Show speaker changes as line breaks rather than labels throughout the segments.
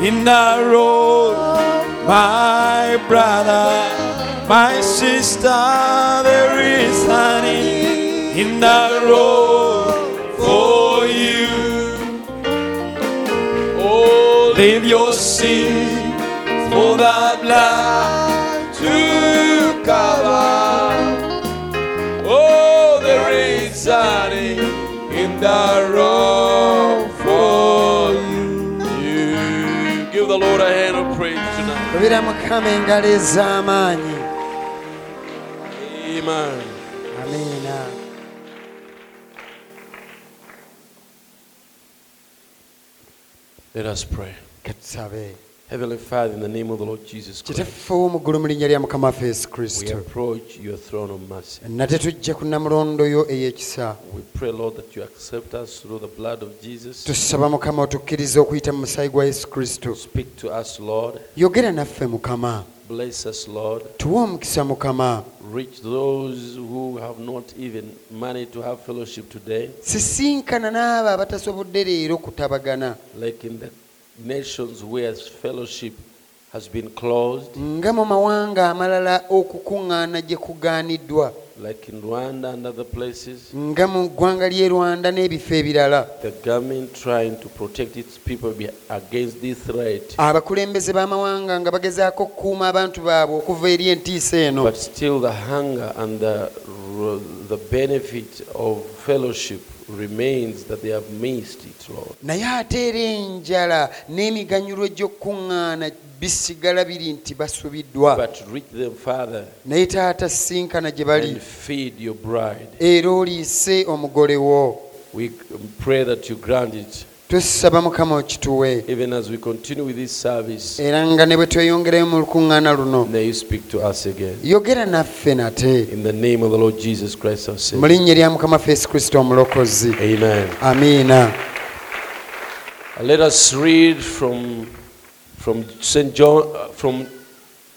in the road, my brother, my sister, there is honey in the road for you. Oh, leave your sin for the blood to cover. Oh, there is honey in the road for you. Give the Lord a hand of praise tonight.
tubira mukama engalo ez'amaanyi
Amen.
amiina
Let us pray.
katusabe
Heavenly Father, in the name of the Lord Jesus Christ,
kitaffe w'omugulu mu linnya lya mukama waffe yesu
we
kristo
approach your throne of mercy.
nate tujja ku nnamulondo yo ey'ekisa
We pray, Lord, that you accept us through the blood of Jesus.
tusaba mukama otukkiriza okuyita mu musaayi gwa yesu kristo
Speak to us, Lord.
yogera naffe mukama
Bless us, Lord.
tuwe omukisa mukama
Reach those who have not even money to have fellowship today,
sisinkana n'abo abatasobodde leero kutabagana
like in the nations where fellowship has been closed,
nga mu mawanga amalala okukuŋŋaana gye kugaaniddwa
like in Rwanda and other places.
nga mu ggwanga ly'e rwanda n'ebifo ebirala
The government trying to protect its people be- against this threat.
Ah, abakulembeze b'amawanga nga bagezaako okukuuma abantu baabwe okuva eri entiisa eno
But still, the hunger and the, r- the benefit of fellowship remains that they have missed it, Lord.
naye ate era enjala n'emiganyulo gy'okukuŋŋaana bisigala biri nti basubiddwa
But reach them, Father,
naye taata sinkana gye bali
and feed your bride.
era oliise omugole wo
We c- pray that you grant it
tusaba mukama okituwe
even as we continue with this service.
era nga ne bwe tweyongerayo mu lukuŋŋaana luno
May you speak to us again.
yogera naffe nate
In the name of the Lord Jesus Christ, our
mu
Savior.
linnya lya mukama ffe yesu kristo omulokozi
Amen. Uh,
amiina
Let us read from from Saint John uh, from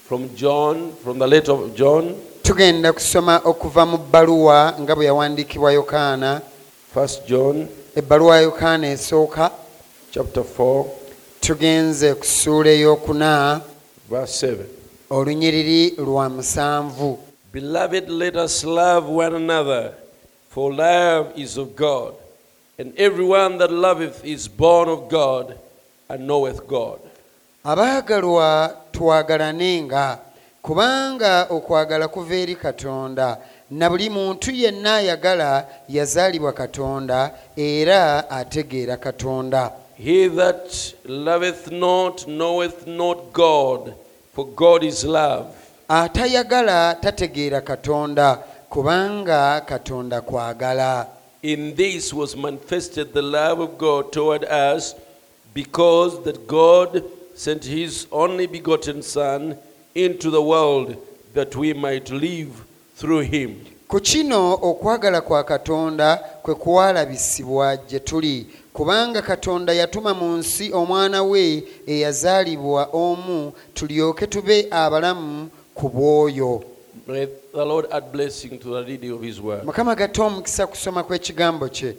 from John from the letter of John,
tugenda kusoma okuva mu bbaluwa nga bwe yawandiikibwa yokaana
First John
ebbaluwa ya yokaana esooka
chapter four.
tugenze ku ssuula ey'okuna
Verse 7.
olunyiriri lwa musanvu
Beloved, let us love one another, for love is of God. And everyone that loveth is born of God and knoweth God.
abaagalwa twagalanenga kubanga okwagala kuva eri katonda na buli muntu yenna ayagala yazaalibwa katonda era ategeera katonda
He that loveth not knoweth not God, for God is love.
atayagala tategeera katonda kubanga katonda kwagala
In this was manifested the love of God toward us, because that God sent his only begotten Son into the world that we might live through him.
ku kino okwagala kwa katonda kwe kwalabisibwa gye tuli kubanga katonda yatuma mu nsi omwana we eyazaalibwa omu tulyoke tube abalamu ku bw'oyo
May the Lord add blessing to the reading of His word.
mukama gatte omukisa kusoma kw'ekigambo kye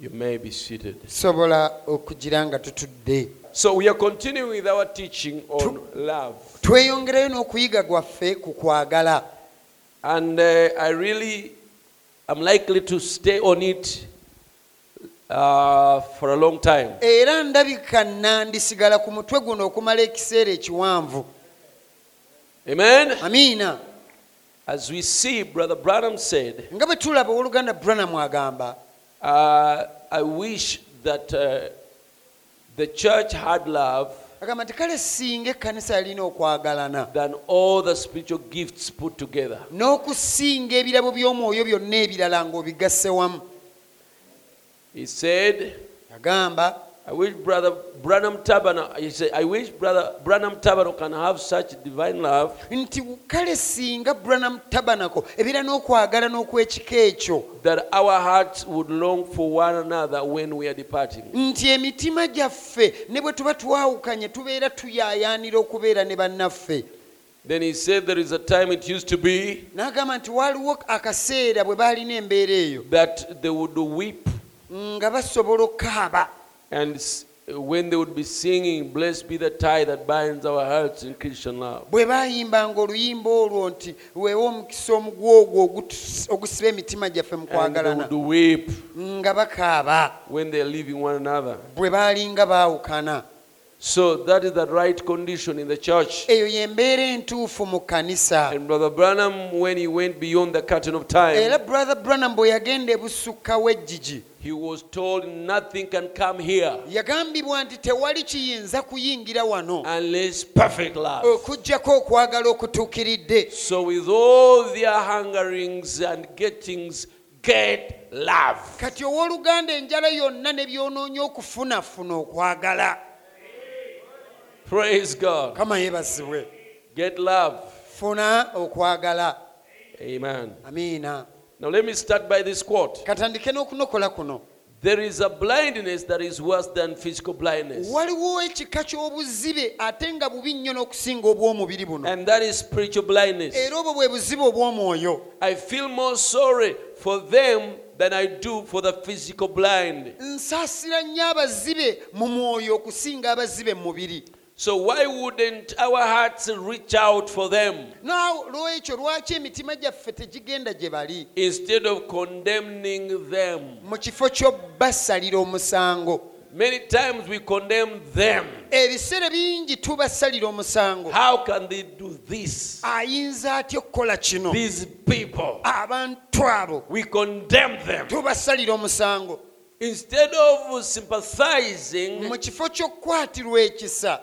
You may be seated.
tusobola okugira nga tutudde
So we are continuing with our teaching on love,
tweyongerayo n'okuyiga gwaffe ku kwagala
and uh, I really am likely to stay on it uh, for a long time.
era ndabika nandisigala ku mutwe guno okumala ekiseera ekiwanvu
Amen.
amiina
As we see, Brother Branham said,
nga bwe tulaba owooluganda branamu agamba
uh, I wish that uh, the church had love
agamba nti kale singa ekkanisa yalina okwagalana
than all the spiritual gifts put together.
n'okusinga ebirabo by'omwoyo byonna ebirala ng'obigasse wamu
He said.
agamba
I wish Brother Branham Tabernacle, he said, I wish Brother Branham Tabernacle can have such divine love
nti kale singa branamu tabanako ebeera n'okwagala n'okw'ekika ekyo
that our hearts would long for one another when we are departing.
nti emitima gyaffe ne bwe tuba twawukanye tubeera tuyaayaanira okubeera ne bannaffe
Then he said, There is a time it used to be
n'agamba nti waaliwo akaseera bwe baalina embeera eyo
that they would weep
nga basobola okukaaba
and s- when they would be singing, Blessed be the tie that binds our hearts in Christian love.
bwe baayimbanga oluyimba olwo nti weewa omukisa omugwogwo ogutus- ogusiba emitima gyaffe mu
And they would
kwagalana
weep
nga bakaaba
when they're leaving one another.
bwe baalinga baawukana
So that is the right condition in the church.
eyo y'embeera entuufu mu kkanisa
And Brother Branham, when he went beyond the curtain of
era
time,
brother branam bwe yagenda e ebusukka w'ejjigi
he was told nothing can come here
yagambibwa nti tewali kiyinza kuyingira wano
unless perfect love.
okuggyako okwagala okutuukiridde
So, with all their hangerings and gettings, get love.
kati owooluganda enjala yonna ne byonoonya okufunafuna okwagala
Praise God.
kama yeebazibwe
Get love.
funa okwagala
Amen.
amiina
Now, let me start by this quote.
katandike n'okunokola kuno
There is a blindness that is worse than physical blindness,
waliwo ekika ky'obuzibe ate nga bubi nnyo n'okusinga obw'omubiri buno
and that is spiritual blindness.
era obwo bwe buzibe obw'omwoyo
I feel more sorry for them than I do for the physical blind.
nsaasira nnyo abazibe mu mwoyo okusinga abazibe mu mubiri
So, why wouldn't our hearts reach out for them
naawe olw'ekyo lwaki emitima gyaffe tegigenda gye bali
instead of condemning them?
mu kifo ky'obbasalira omusango
Many times we condemn them.
ebiseera bingi tubasalira omusango
How can they do this?
ayinza atya okukola kino
These people.
abantu abo
We condemn them.
tubasalira omusango
Instead of sympathizing,
mu kifo ky'okukwatirwa ekisa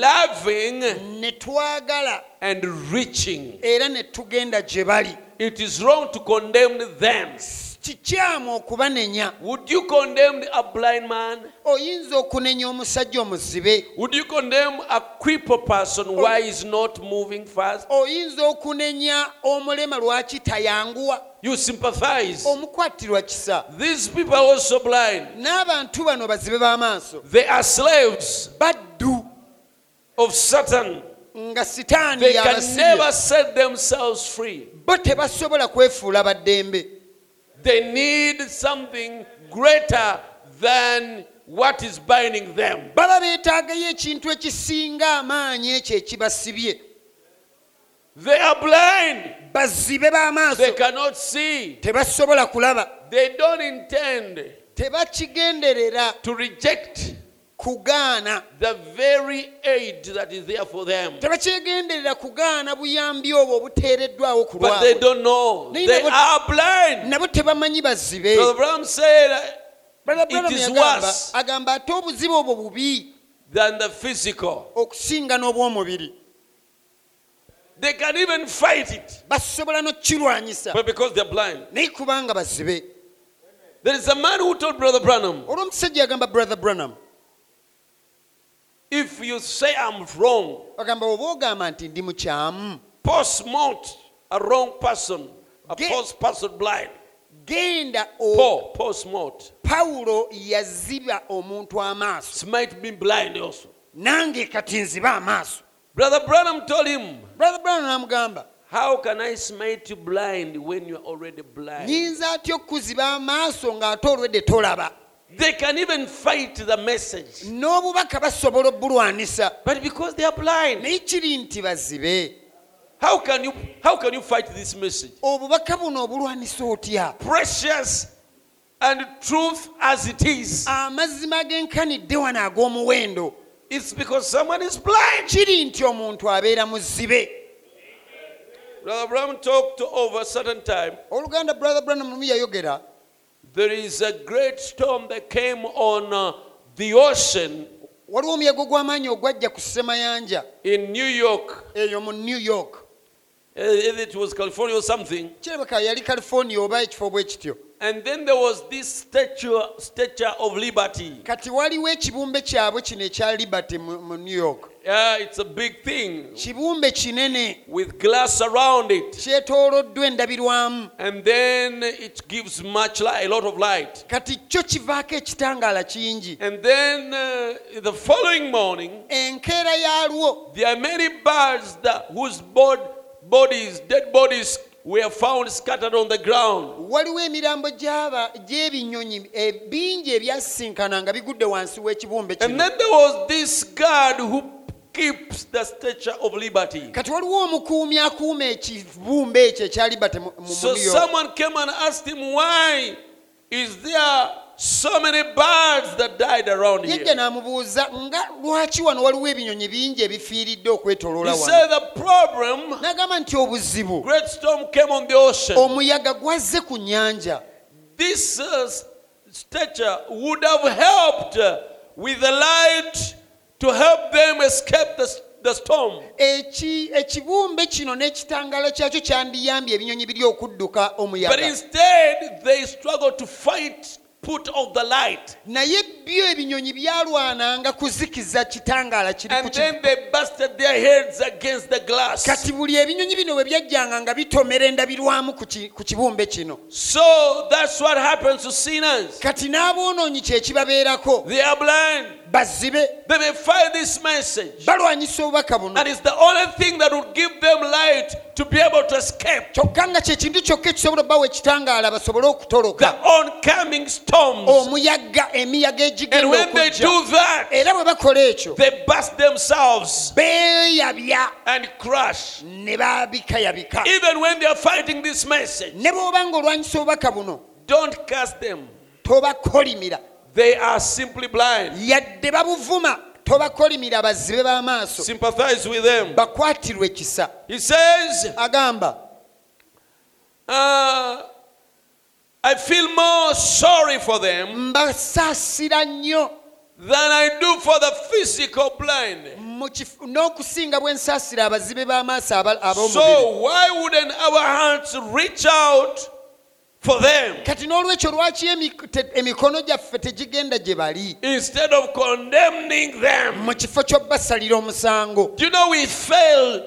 loving,
ne twagala
and reaching.
era ne tugenda gye bali
It is wrong to condemn them.
kikyamu okubanenya
Would you condemn a blind man?
oyinza okunenya omusajja omuzibe
Would you condemn a crippled person why he's not moving fast?
oyinza okunenya omulema lwaki tayanguwa
You sympathize.
omukwatirwa kisa
These people are also blind.
n'abantu bano bazibe b'amaaso
They are slaves
baddu
of Satan.
nga sitaani
They can never
yabasibye
set themselves free.
bo tebasobola kwefuula baddembe
They need something greater than what is binding them.
baba beetaagayo ekintu ekisinga amaanyi ekyo ekibasibye
They are blind.
bazibe
They
b'amaaso
cannot see.
tebasobola kulaba
They don't intend
tebakigenderera
to reject
kugaana
the very aid that is there for them.
tebakyegenderera kugaana buyambi obwo obuteereddwawo ku
But they
lwabwe
don't know.
Neither
They
would-
are blind.
nabo tebamanyi bazibe
Brother Branham said
Brother
It
Branham
is
yagamba-
worse.
agamba ate obuzibe obwo bubi
than the physical.
okusinga n'obw'omubiri
They can even fight it.
basobola n'okukirwanyisa
But because they're blind.
naye kubanga bazibe
There is a man who told Brother Branham,
olw'omusajja yagamba brother branham
if you say I'm wrong,
agamba oba ogamba nti ndi mukyamu
postmort a wrong person, a
Ge-
post person blind.
genda o
Paul, postmort.
pawulo yaziba omuntu amaaso
Smite me blind also.
nange kati nzibe amaaso
Brother Branham told him,
brother branham namugamba
How can I smite you blind when you are already blind?
nyinza atya okukuziba amaaso ng'ate olwedde tolaba
They can even fight the message.
n'obubaka basobola obulwanisa
But because they are blind,
naye kiri nti bazibe
how can you how can you fight this message?
obubaka buno obulwanisa otya
Precious and truth as it is.
amazima genkanidde wano ag'omuwendo
It's because someone is blind.
kiri nti omuntu abeera muzibe
Brother Abraham talked over a certain time.
oluganda brother branham lumu yayogera
There is a great storm that came on uh, the ocean
waliwo omuyago gw'amaanyi ogwajja ku semayanja
in New York.
eyo mu new york
Uh, Either it was California or something.
kirabika yali california oba ekifo bwe kityo
And then there was this statue, statue of liberty.
kati waliwo ekibumbe kyabwe kino ekya liberty mu mu new york
Yeah, it's a big thing
kibumbe kinene
with glass around it.
kyetooloddwa endabirwamu
And then it gives much light, a lot of light.
kati kyo kivaako ekitangaala kingi
And then uh, the following morning,
enkeera yaalwo
there are many birds that, whose bod- bodies, dead bodies, were found scattered on the ground.
waliwo emirambo gy'aba- gy'ebinyonyi eh, bingi ebyasisinkana nga bigudde wansi w'ekibumbe
And
kino
then there was this guard who keeps the stature of liberty.
kati waliwo omukuumi akuuma ekibumbe ekyo ekyalibate mu mu
So
muliro
someone came and asked him, Why is there so many birds that died around
yajja
here?
n'amubuuza nga lwaki wano waliwo ebinyonyi bingi ebifiiridde okwetooloola
He
wano
said, The problem,
n'agamba nti obuzibu
great storm came on the ocean.
omuyaga gwazze ku nnyanja
This uh, stature would have helped uh, with the light to help them escape the, s- the storm.
Eki- ekibumbe kino n'ekitangala kyakyo kyandiyambye ebinyonyi biri okudduka
But
omuyaga
instead, they struggled to fight, put off the light.
naye byo ebinyonyi byalwananga kuzikiza kitangaala kiri ku
And
ki-
then they busted their heads against the glass.
kati buli ebinyonyi bino bwe byajjanga nga bitomera endabirwamu ku ki- ku kibumbe kino
So that's what happens to sinners.
kati n'aboonoonyi kye kibabeerako
They are blind.
bazibe
They may find this message.
balwanyisa obubaka buno
And it's the only thing that would give them light to be able to escape
kyokka nga kyekintu kyokka ekisobola obbawa ekitangaala basobole okutoloka
the oncoming
Oh,
storms.
omuyagga emiyaga
And
egigenda
when they
okujja
do that,
era bwe bakola ekyo
they bust themselves
beeyabya
and crash.
ne babikayabika
Even when they are fighting this message,
ne bw'oba ng'olwanyisa obubaka buno
don't cast them.
tobakolimira
They are simply blind.
yadde babuvuma tobakolimira bazibe b'amaaso
Sympathize with them.
bakwatirwe ekisa
He says,
agamba
uh, I feel more sorry for them
mbasaasira nnyo
than I do for the physical blind.
mu kif- n'okusinga bwe nsaasira abazibe b'amaaso aba- ab'omubiri
So why wouldn't our hands reach out for them
kati n'olwekyo lwaki emi- te- emikono gyaffe tegigenda gye bali
instead of condemning them?
mu kifo ky'obbasalira omusango
Do you know we fail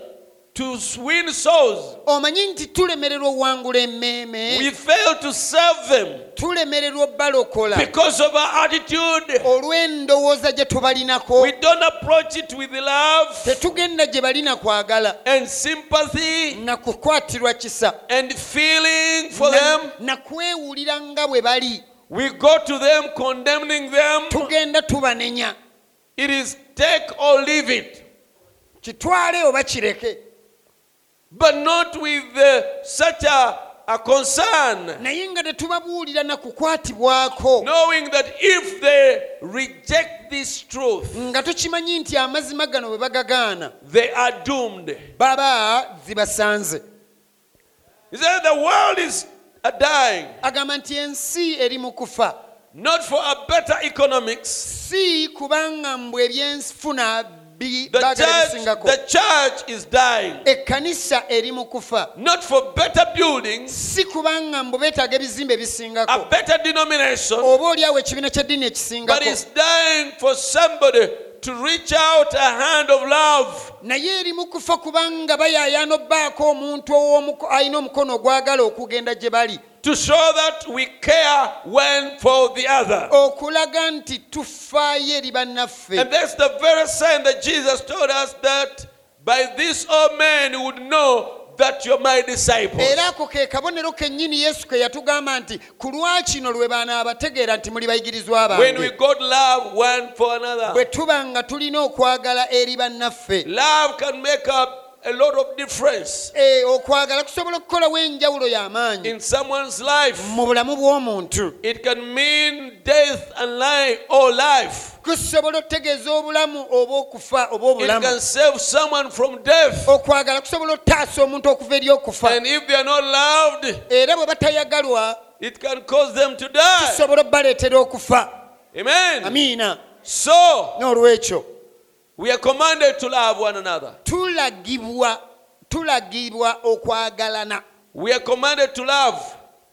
to win souls?
omanyi nti tulemererwa okwangula
We
emmeeme
fail to serve them
tulemererwa obbalokola
because of our attitude.
olw'endowooza gye tubalinako
We don't approach it with love
tetugenda gye balina kwagala
and sympathy
na kukwatirwa kisa
and feeling for them.
na kwewulira nga bwe bali
We go to them condemning them.
tugenda tubanenya
It is take or leave it,
kitwale oba kireke
but not with uh, such a, a concern.
naye nga tetubabuulira na kukwatibwako
knowing that if they reject this truth,
nga tukimanyi nti amazima gano bwe bagagaana
they are doomed.
baba zibasanze
He said, The world is a dying,
agamba nti ensi eri mu kufa
not for a better economics.
si kubanga mbw ebyenfuna bi-
The
baagala
church,
bisingako
the church is dying,
ekkanisa eri mu kufa
not for better buildings,
si kubanga mbu beetaaga ebizimbe
a
ebisingako
better denomination,
oba oliawo ekibiina ky'eddiini
but
ekisingako
it's dying for somebody to reach out a hand of love
naye erimu kufa kubanga bayaayaana obbaako omuntu ow'omuko- alina omukono ogwagala okugenda gye bali
to show that we care one for the other.
okulaga nti tufaayo eri bannaffe
And that's the very sign that Jesus told us that by this all men would know that you're my disciples.
era ako ke kabonero kennyini yesu ke yatugamba nti ku lwakino lwe banaabategeera nti muli bayigirizwa
When we
bange
got love one for another,
bwe tuba nga tulina okwagala eri bannaffe
love can make up a lot of difference
Eh, okwagala kusobola okukolawo enjawulo y'amaanyi
in someone's life.
mu bulamu bw'omuntu
It can mean death and life or life.
kusobola otegeeza obulamu oba okufa oba
It
obulamu
can save someone from
Oh,
death.
okwagala kusobola otaasa omuntu okuva eri okufa
And if they are not loved,
era bwe batayagalwa
it can cause them to die.
kisobola obaleetera okufa
Amen.
amiina
So
n'olwekyo
we are commanded to love one another.
tulagibwa tulagibwa okwagalana
We are commanded to love.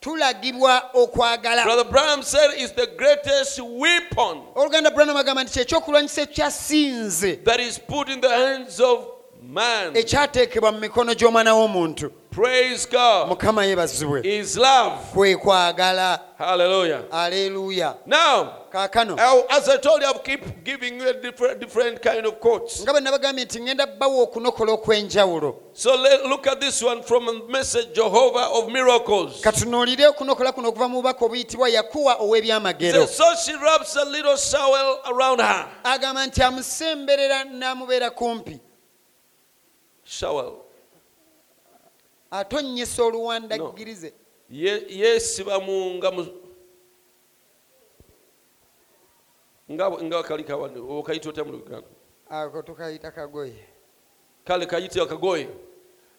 tulagibwa okwagala
Brother Branham said it's the greatest weapon
oluganda branam agamba nti kyekyokulwanyisa ekyasinze
that is put in the hands of man.
ekyateekebwa mu mikono gy'omwana w'omuntu
Praise God.
mukama yeebazibwe
His love.
kwe kwagala
Hallelujah.
aleluya
Now,
kaakano
I- as I told you, I've keep giving you a different, different kind of quotes.
nga bwe nabagambye nti ŋŋenda bawa okunokola okw'enjawulo
So let, look at this one from a message Jehovah of miracles.
katunuulire okunokola kuno okuva mu bubaka obuyitibwa yakuwa ow'ebyamagero
So, so she wraps a little shawl around her.
agamba nti amusemberera n'amubeera kumpi
Shawl.
atonnyesa oluwandaggirize
Ye- yeesibamu nga mu- nga nga kali kawano okayita otya mu luganda
ako tukayita kagoye
kale kayite akagoye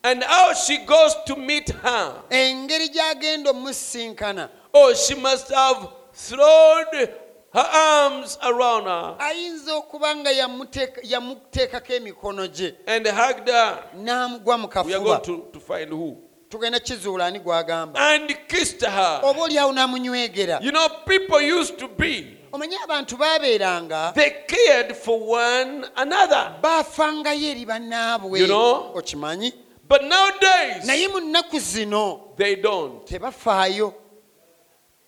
and how she goes to meet her
engeri gy'agenda omusisinkana
oh she must have thrown her arms around her
ayinza okuba nga yamuteeka- yamuteekako emikono gye
and hugged her
n'amugwa mu
we are going
kafuba
to, to find who
tugenda kizuula ani gwagamba
and kissed her
oba oliawo n'amunywegera
you know people used to be
omanye abantu baabeeranga
they cared for one another
baafangayo eri bannaabwe
You know?
okimanyi
but nowadays
naye mu nnaku zino
they don't
tebafaayo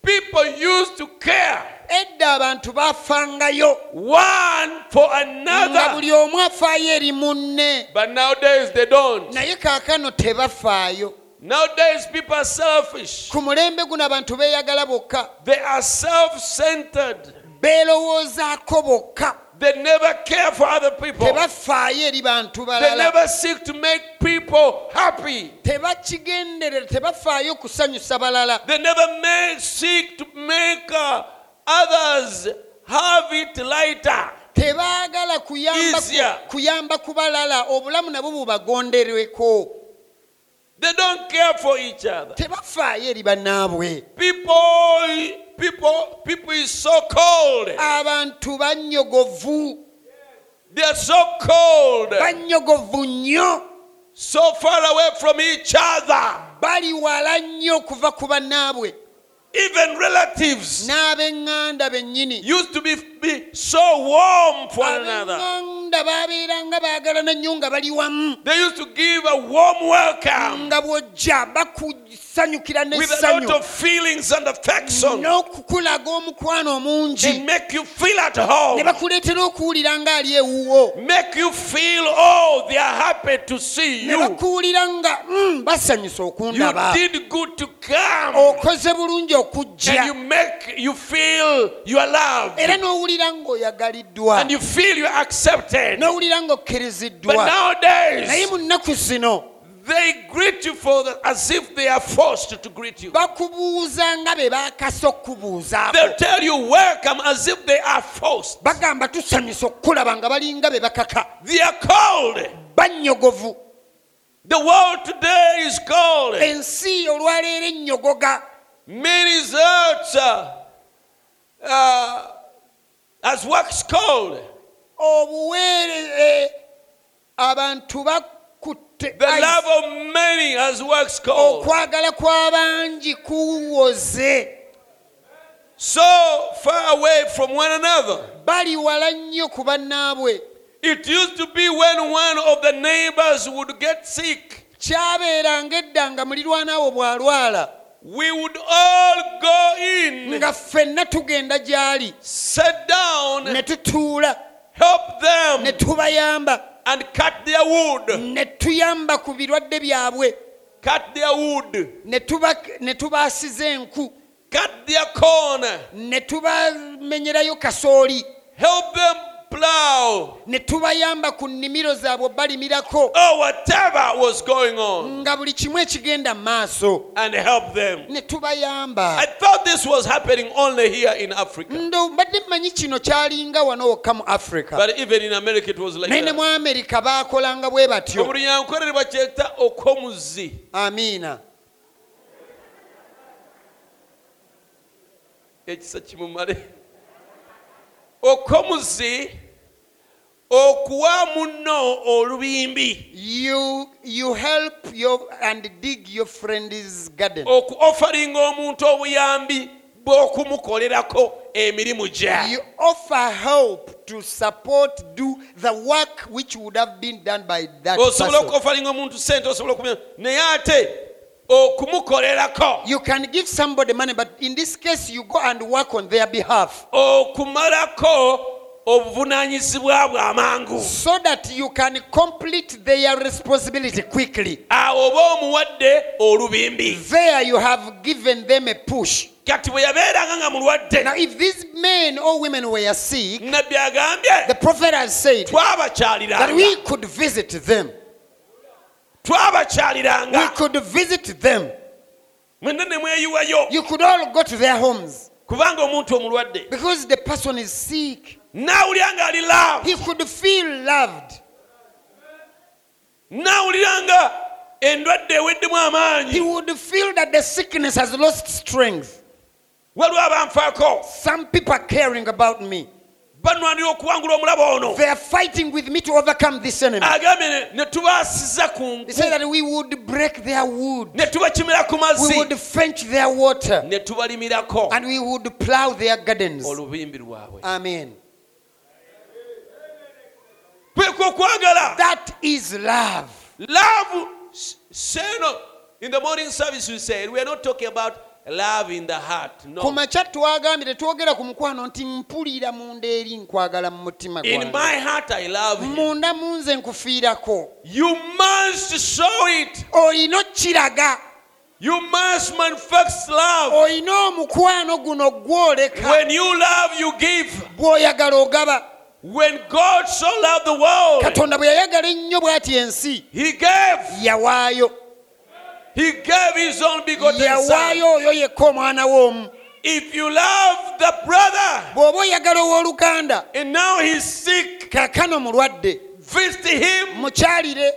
people used to care
edda abantu baafangayo
one for
nga
another.
buli omu afaayo eri munne
But nowadays they don't.
naye kaakano tebafaayo
Nowadays people are selfish.
ku mulembe guno abantu beeyagala bokka
They are self-centered.
beerowoozaako bokka
They never care for other people.
tebafaayo eri bantu
They
balala
never seek to make people happy.
tebakigenderera tebafaayo kusanyusa balala
They never may seek to make uh, others have it lighter.
tebaagala kuyamba ku-
Easier.
kuyamba ku balala obulamu nabwo bubagonderweko
They don't care for each other.
tebafaayo eri bannaabwe
People, people, people is so cold.
Ah. abantu bannyogovu
They are so cold.
bannyogovu nnyo
so far away from each other,
bali wala nnyo okuva ku bannaabwe
even relatives
n'ab'eŋŋanda bennyini
used to be, be so warm for one another.
ab'eŋŋanda baabeeranga baagalana nnyo nga bali wamu
They used to give a warm welcome
nga bw'ojja bakusanyukira
Um. with a lot
n'essanyu
of feelings and affection.
n'okukulaga omukwano
They
omungi
make you feel at
ne
home,
bakuleetera okuwulira ng'ali ewuwo
make you feel, oh, they are happy to see
ne
you.
bakuwulira nga "Mm, basanyuse
You
okundaba
did good to come,
okoze bulungi
and you
okujja
make you feel you are loved,
era n'owulira ng'oyagaliddwa
and you feel you are accepted.
n'owulira
But
ng'okkiriziddwa naye
nowadays,
mu nnaku zino
They greet you for the, as if they are forced to greet you.
bakubuuza nga be baakasa okkubuuzaako
They tell you welcome as if they are forced.
bagamba tusanyusa okkulaba nga balinga be bakaka
They are cold.
bannyogovu
The world today is cold.
ensi olwaleero ennyogoga
Many hearts uh, uh, has waxed cold.
obuweereze eh, abantu bakutte
The
ice.
love of many has waxed cold.
okwagala kw'abangi kuwoze
So far away from one another.
bali wala nnyo ku bannaabwe
It used to be when one of the neighbors would get sick,
kyabeeranga edda nga mulirwanaawo bw'alwala
we would all go in,
nga ffenna tugenda gy'ali
sit down,
ne tutuula
help
ne
them
tubayamba
and cut their wood.
ne tuyamba ku birwadde byabwe
Cut their wood.
ne tuba- ne tubaasiza enku
Cut their corn.
ne tubamenyerayo kasooli
Help them plow
ne tubayamba ku nnimiro zaabwe balimirako
or whatever was going on
nga buli kimu ekigenda mu maaso
and help them.
ne
I
tubayamba
thought this was happening only here in Africa.
ndo mbadde mmanyi kino kyalinga wano wokka mu afurika
But even in America it was like
naye ne
that.
mu amerika baakolanga bwe batyo
Omululu yankolerwa kyeta okw'omuzzi.
amiina
ekisa kimumale okw'omuzzi okuwa munno olubimbi
you, you help your, and dig your friend's garden
okuofaringa omuntu obuyambi bw'okumukolerako emirimu gya
you offer help to support do the work which would have been done by that
osobola
person.
okuofalinga omuntu sente osobola okumya naye ate okumukolerako
You can give somebody money, but in this case, you go and work on their behalf
okumalako obuvunaanyizibwa bwamangu
so that you can complete their responsibility quickly.
awo oba omuwadde olubimbi
There, you have given them a push.
kati bwe yabeeranga nga mulwadde
Now, if these men or women were sick,
nabbi agambye
the prophet has said that we
twabakyaliranga
could visit them. We
twabakyaliranga
could visit them.
mwenna ne mweyiwayo
You could all go to their homes
kubanga omuntu omulwadde
because the person is sick.
naawulira nga ali laavu
He could feel loved.
naawulira nga endwadde eweddemu
He
amaanyi
would feel that the sickness has lost strength.
waliwo abanfaako
Some people are caring about me.
banwanira okuwangula omulabo ono
They are fighting with me to overcome this enemy.
agambye ne- ne tubaasiza ku
They say
nku
that we would break their wood,
ne tubakimira ku
we
mazzi
would fetch their water,
ne tubalimirako
and we would plow their gardens.
olubimbi lwabwe
Amen.
kwekwe okwagala
That is love.
love s- seno in the morning service we said we are not talking about love in the heart
ku
no
makya twagambye tetwogera ku mukwano nti mpulira munda eri nkwagala mu mutima
in
gwange
my heart i love you
munda munze nkufiirako
you must show it
olina okiraga
you must manifest love
olina omukwano guno gwoleka
when you love you give
bw'oyagala ogaba
when god so loved the world
katonda bwe yayagala ennyo bw'ati ensi
he gave
yawaayo
he gave his own begotten son
yawaayo oyo yekka omwana w'omu
if you love the brother
bw'oba oyagala ow'oluganda
and now he's sick
kaakano mulwadde
visit him
mukyalire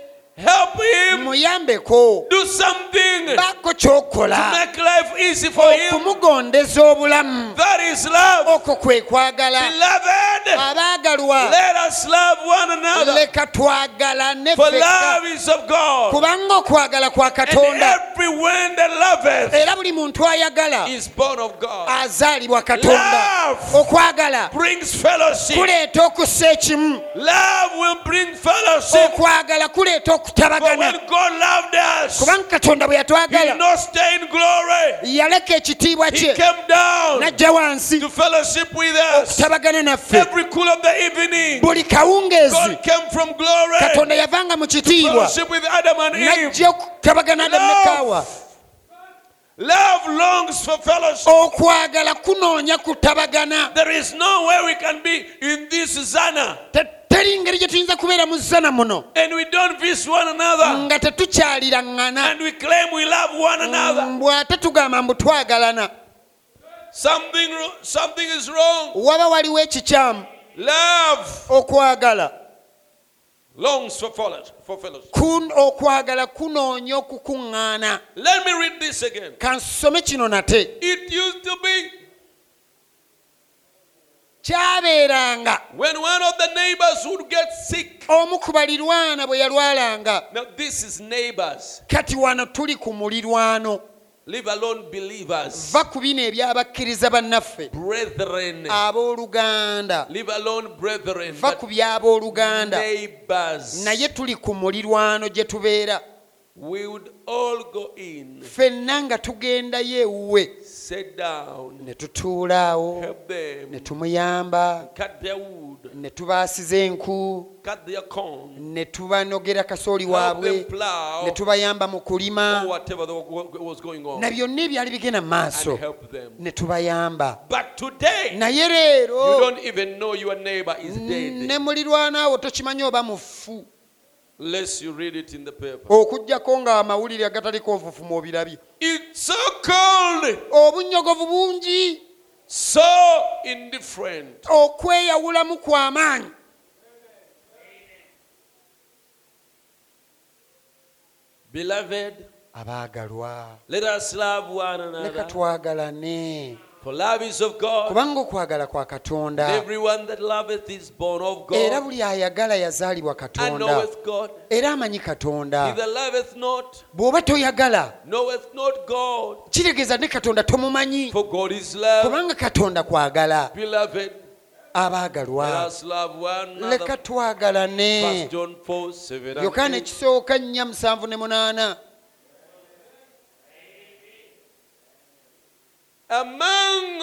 help him
muyambeko
do something
baako ky'okola
make life easy for him.
okumugondeza obulamu
That is love.
okwo kwe kwagala
Beloved,
abaagalwa
let us love one another.
leka twagalane
For
ffekka
love is of God.
kubanga okwagala kwa
And
katonda
everyone that loveth
era buli muntu ayagala
is born of God.
azaalibwa katonda
Love
okwagala
brings fellowship.
kuleeta okussa ekimu
Love will bring fellowship.
okwagala kuleeta
For when
okutabagana
God loved us,
kubanga katonda bwe
He did
yatwagala
not stay in glory.
yaleka ekitiibwa
He
kye
came down
n'ajja wansi
to fellowship with us.
okutabagana naffe
Every cool of the evening,
buli kawungeezi
God came from glory.
katonda yavanga mu kitiibwa
Fellowship with Adam and Eve.
n'ajja okutabagana adamekaawa
Love longs for fellowship.
okwagala kunoonya kutabagana
There is no way we can be in this zana
Te- teri ngeri gye tuyinza kubeera mu zzana muno
and we don't visit one another
nga tetukyaliraŋŋana
and we claim we love one
Mm.
another.
mbwate tugamba mbu twagalana
Something, ro- something is wrong.
waba waliwo ekikyamu
Love
okwagala
longs for fellowship. For fellowship.
Kun- okwagala kunoonya okukuŋŋaana
Let me read this again.
kansome kino nate
It used to be
kyabeeranga
when one of the neighbors would get sick.
omu ku balirwana bwe yalwalanga
Now, this is neighbors,
kati wano tuli ku mulirwano
leave alone believers,
va ku bino ebyabakkiriza bannaffe
brethren,
abooluganda
leave alone brethren,
va ku
but
by'abooluganda
neighbors.
naye tuli ku mulirwano gye tubeera
We would all go in,
ffenna nga tugendayo ewuwe
sit down,
ne tutuulaawo
help
ne
them,
tumuyamba
cut their wood,
ne tubaasiza enku
cut their corn,
ne tubanogera kasooli
help them
waabwe ne
plow,
tubayamba mu
or
kulima
whatever the- what was going on,
na byonna ebyali bigenda mu maaso
and help them.
ne tubayamba
But today,
naye
you
leero
don't even know your neighbor is
ne
dead
mulirwanaawo tokimanyi oba mufu
unless you read it in the paper.
okugjako ng'amawulire agataliko nfufumu obirabye
It's so cold,
obunyogovu bungi
so indifferent.
okweyawulamu kw'amaanyi
Beloved,
abaagalwa
let us love one
leka
another,
twagalane
for love is of God.
kubanga okwagala kwa katonda
Everyone that loveth is born of
era
God.
buli ayagala yazaalibwa
and
katonda
knoweth God.
era amanyi
He
katonda
that loveth not,
bw'oba toyagala
knoweth not God.
kitegeeza ne katonda tomumanyi
For God is love.
kubanga katonda kwagala
Beloved, Let
abaagalwa
us love one
leka
another.
twagalane
1 John 4 7 and
yokaana
8.
ekisooka nnya musanvu ne munaana
Among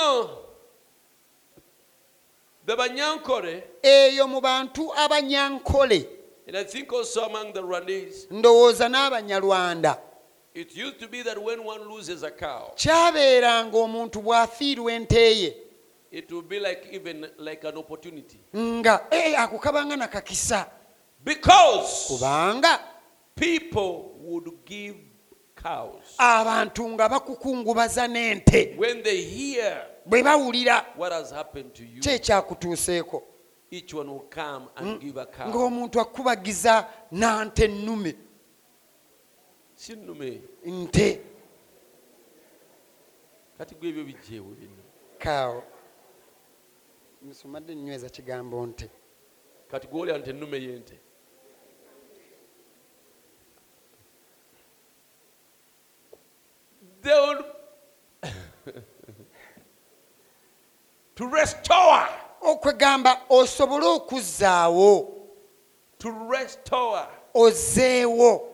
the Banyankore,
eyo mu bantu abanyankole
and I think also among the Rwandese,
ndowooza n'abanyalwanda
it used to be that when one loses a cow,
kyabeeranga omuntu bw'afiirwa ente ye
it would be like even like an opportunity.
nga "Eh, ako kabanga nakakisa
Because
kubanga
people would give cows
abantu nga bakukungubaza n'ente
when they hear
bwe bawulira
what has happened to you.
ki ekyakutuuseeko
Each one will come and give a cow.
ng'omuntu akubagiza nante ennume
Sinnume,
nte
kati gwe ebyo bijeewo bino.
kaawo musomadde nnyweza kigambo nte
Kati gwolya nti ennume y'ente. They would to restore,
okwegamba osobole okuzzaawo
to restore.
ozeewo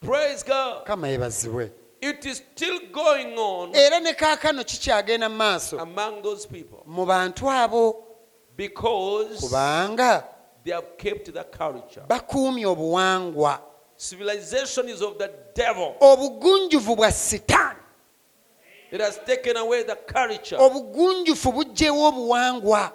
Praise God.
kama yebaziwe
It is still going on
era ne kaakano kikyagenda mu maaso
among those people
mu bantu abo
because
kubanga
they have kept the culture.
bakuumye obuwangwa
Civilization is of the devil.
obugunjufu bwa sitaani
It has taken away the
Oh.
culture.
obugunjufu bugyewo obuwangwa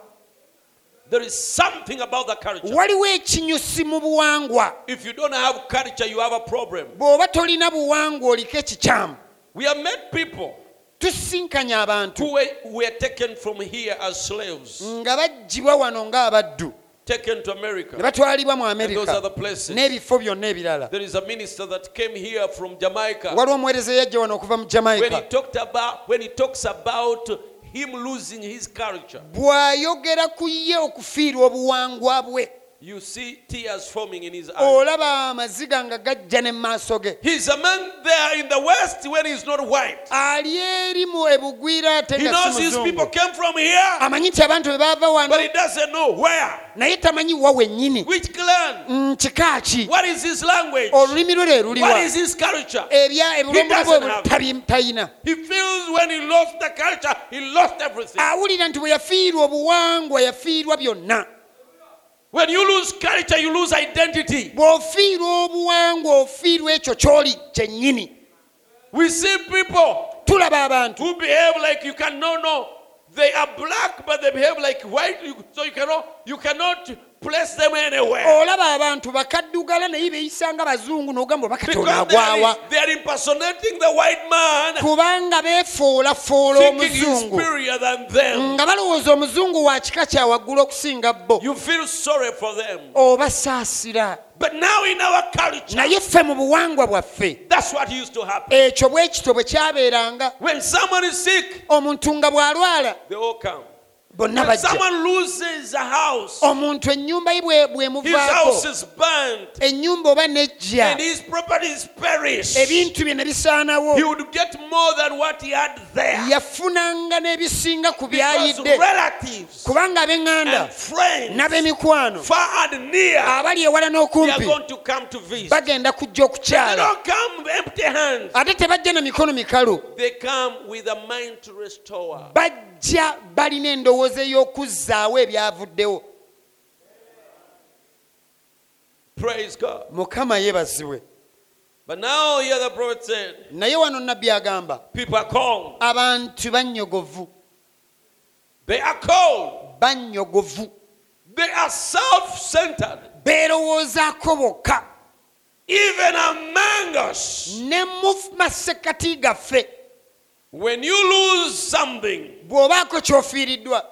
There is something about the culture.
waliwo ekinyusi mu buwangwa
If you don't have culture, you have a problem.
bw'oba tolina buwangwa oliko ekikyamu
We have met people
tusinkanye abantu
who were, were taken from here as slaves,
nga bajjibwa wano ng'abaddu
taken to
ne
America.
batwalibwa mu
And those other
amerika
places.
n'ebifo byonna ebirala
There is a minister that came here from Jamaica.
waliwo omuweereza eyajja wano okuva mu
When he
jamaica
talked about when he talks about him losing his culture,
bw'ayogera ku ye okufiirwa obuwangwa bwe
you see tears forming in his eyes.
olaba amaziga nga gajja ne mu maaso ge
He's a man there in the West when he's not white.
ali erimu ebugwira ate
He
nga
knows
si
his
muzungu.
people came from here,
amanyi nti abantu be baava
but
wano
he doesn't know where,
naye tamanyi wa wennyini
which clan,
nkikaaki
what is his language,
olulimi lwe
what
leeruliwa
is his culture. He doesn't have-
ebyobulomulobwebutalina
He feels when he lost the culture, he lost everything.
awulira nti bwe yafiirwa obuwangwa yafiirwa byonna
When you lose character, you lose identity.
bw'ofiirwa obuwangwa ofiirwa ekyo ky'oli kyennyini
We see people
tulaba abantu
who behave like you can no no. They are black, but they behave like white, you- so you cannot you cannot place them anywhere.
olaba abantu bakaddugala naye beeyisa nga bazungu n'ogamba
Because they are,
bakatonagwawa
they are impersonating the white man,
kubanga beefoolafoolwa
thinking he's
omuzungu
superior than them.
nga balowooza omuzungu wa kika kya waggulu okusinga bo
You feel sorry for them.
obasaasira
But now in our culture,
naye ffe mu buwangwa bwaffe
that's what used to happen.
ekyo bwe kityo bwe kyabeeranga
When someone is sick,
omuntu nga bw'alwala
they all come.
bonna
When
bajja
someone loses a house,
omuntu ennyumba ye bwe- bwe
his house
muvaako
is burned.
ennyumba oba
and
nejja
his properties perish, he
ebintu bye ne bisaanawo
would get more than what he had there.
yafunanga n'ebisinga ku
Because
byayidde
relatives
kubanga ab'eŋŋanda
and friends,
n'ab'emikwano
far and near,
abali ewala
they are
n'okumpi
going to come to visit.
bagenda kujja
They
okukyala
don't come empty hands.
ate tebajja na mikono mikalu
They come with a mind to restore.
bajja balina endowooza ey'okuzzaawo ebyavuddewo
Praise God.
mukama yeebazibwe
But now here the prophet said,
naye wano nabbi agamba
people are called.
abantu bannyogovu
They are called.
bannyogovu
They are self-centered.
beerowoozaako bokka
Even among us,
ne mu masekati gaffe
when you lose something
bw'obaako kyofiiriddwa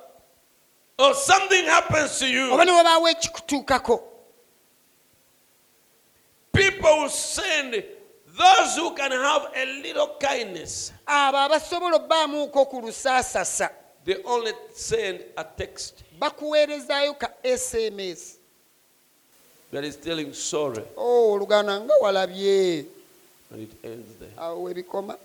or something happens to you,
oba ne wabaawo ekikutuukako
People will send those who can have a little kindness.
abo abasobola obbaamuuko ku lusaasasa
They only send a text
bakuweerezaayo ka sms
that is telling sorry,
o olugana Oh, nga walabye
and it ends there.
awo webikoma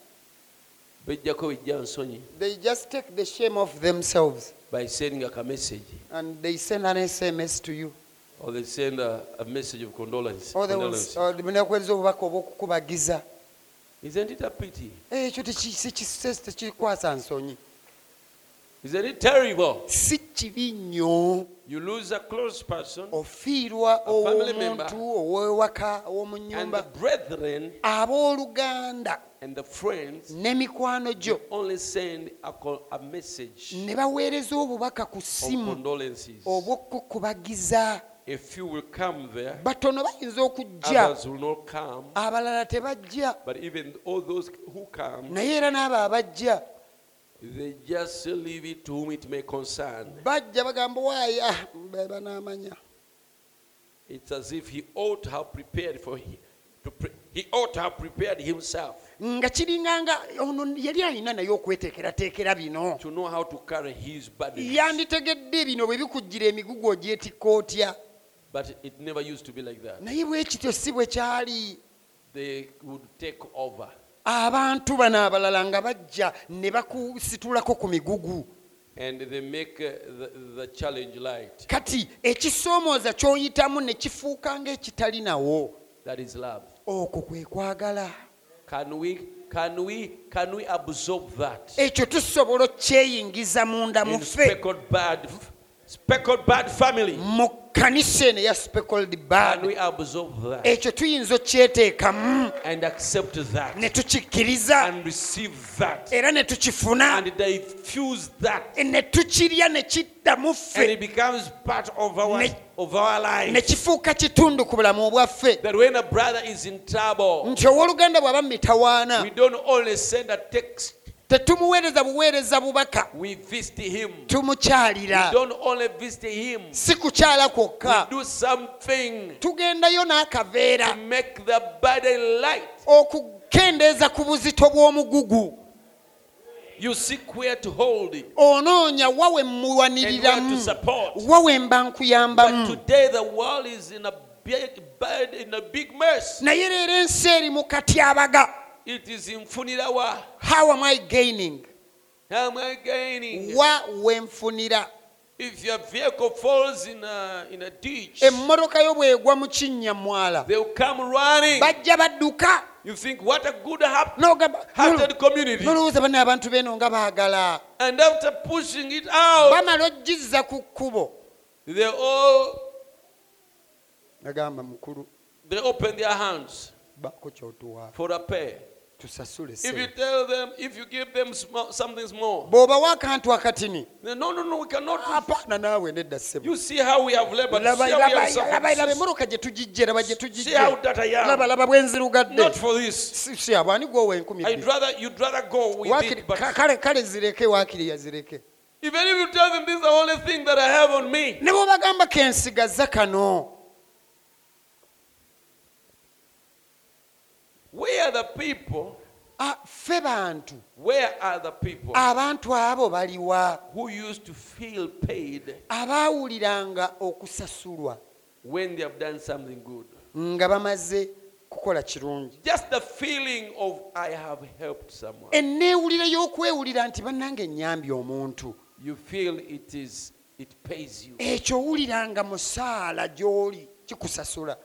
Bejjako bijja nsonyi.
they just take the shame of themselves
by sending like a message,
and they send an sms to you
or they send a, a message of condolence.
Or they will-
condolence.
or nebakuweereza obubaka obw'okukubagiza
Isn't it a pity?
Eh, ekyo teki- si kise- tekikwasa nsonyi
Isn't it terrible?
si kibi nnyo
You lose a close person,
ofiirwa
family member.
ow'omuntu ow'ewaka w'omu
and the
nnyumba
brethren
abooluganda
and the friends
n'emikwano gyo
only send a, co- a message
ne baweereza obubaka ku
of
ssimu
condolences.
obw'okukubagiza
A few will come there,
batono bayinza okujja
others will not come.
abalala tebajja
But even all those who come,
naye era n'abo abajja
they just leave it to whom it may concern.
bajja bagamba waaya be banaamanya
It's as if he ought to have prepared for him. To pre- he ought to have prepared himself
nga kiringanga ono yali alina naye okweteekerateekera bino
to know how to carry his burden.
yanditegedde bino bwe bikujjira emigugu ogyetikka otya
But it never used to be like that.
naye bwe kityo si bwe kyali
They would take over.
abantu bano abalala nga bajja ne bakusitulako ku migugu
And they make uh, the, the challenge light.
kati ekisoomooza ky'oyitamu ne kifuuka ng'ekitali nawo
That is love.
okwo kwe kwagala
Can we, can we, can we absorb that?
ekyo tusobola okyeyingiza munda mu
In
ffe
speckled bad, speckled bad family.
mu kkanisa eno ya speckled
Can
bad
we absorb that
ekyo tuyinza okyeteekamu
and accept
ne Eh.
that
tukikkiriza
and receive that
era ne tukifuna
and diffuse that
ne tukirya ne kidda mu
and
ffe
it becomes part of our
Ne-
of our
ne
life.
kifuuka kitundu ku bulamu bwaffe
That when a brother is in trouble,
nti owooluganda bw'aba mitawaana
we don't only send a text;
tetumuweereza buweereza bubaka
we visit him. We
tumukyalira
don't only visit him;
si kukyala
we
kwokka
do something
tugendayo n'akaveera
to make the burden light.
okukendeeza ku buzito bw'omugugu
You seek where to hold it
onoonya wawe
and where to
muwaniriramu
support.
wawe mba
But
nkuyambamu
today the world is in a big bad, in a big mess.
naye leero ensi eri mu katyabaga
It is in Funirawa.
how am i gaining
How am I gaining?
wa wenfunira
If your vehicle falls in a, in a ditch,
emmotoka yo bwegwa mu kinnyamwala
they'll come running.
bajja badduka
You think what a good hap-
N'ogamba-
hearted community.
nolowooza bana abantu beeno nga baagala
And after pushing it out,
bamala ogizza ku kkubo
they all
nagamba mukulu
they open their hands
bako kyotuwa
for a pay.
tusasule
If you
sente
tell them, if you give them small, something small,
bw'obawo akantu akatini
they, no, no, no, we cannot.
apana naawe nedda ssebo
You see how we have labored. See
laba
how we
laba-
have
laba- laba
suffered.
emmotoka gye tugijje laba gye
See how
tugijje
that I
laba
am.
laba bwe nzirugadde
Not for this.
Si- si abwani gwowa enkumi
I'd
bbiri.
rather you'd rather go with
Waakiri-
it.
ka-
But
kale kale zireke waakiri yazireke
even if you tell them this is the only thing that I have on me,
ne bwobagamba kensigaza kano
where are the people?
Ah, ffe bantu
Where are the people
abantu abo baliwa
who used to feel paid
abaawuliranga okusasulwa
when they have done something good?
nga bamaze kukola kirungi
Just the feeling of I have helped someone.
enneewulira y'okwewulira nti bannange nyambye omuntu
You feel it is it pays you.
ekyo owuliranga musaala gy'oli kikusasula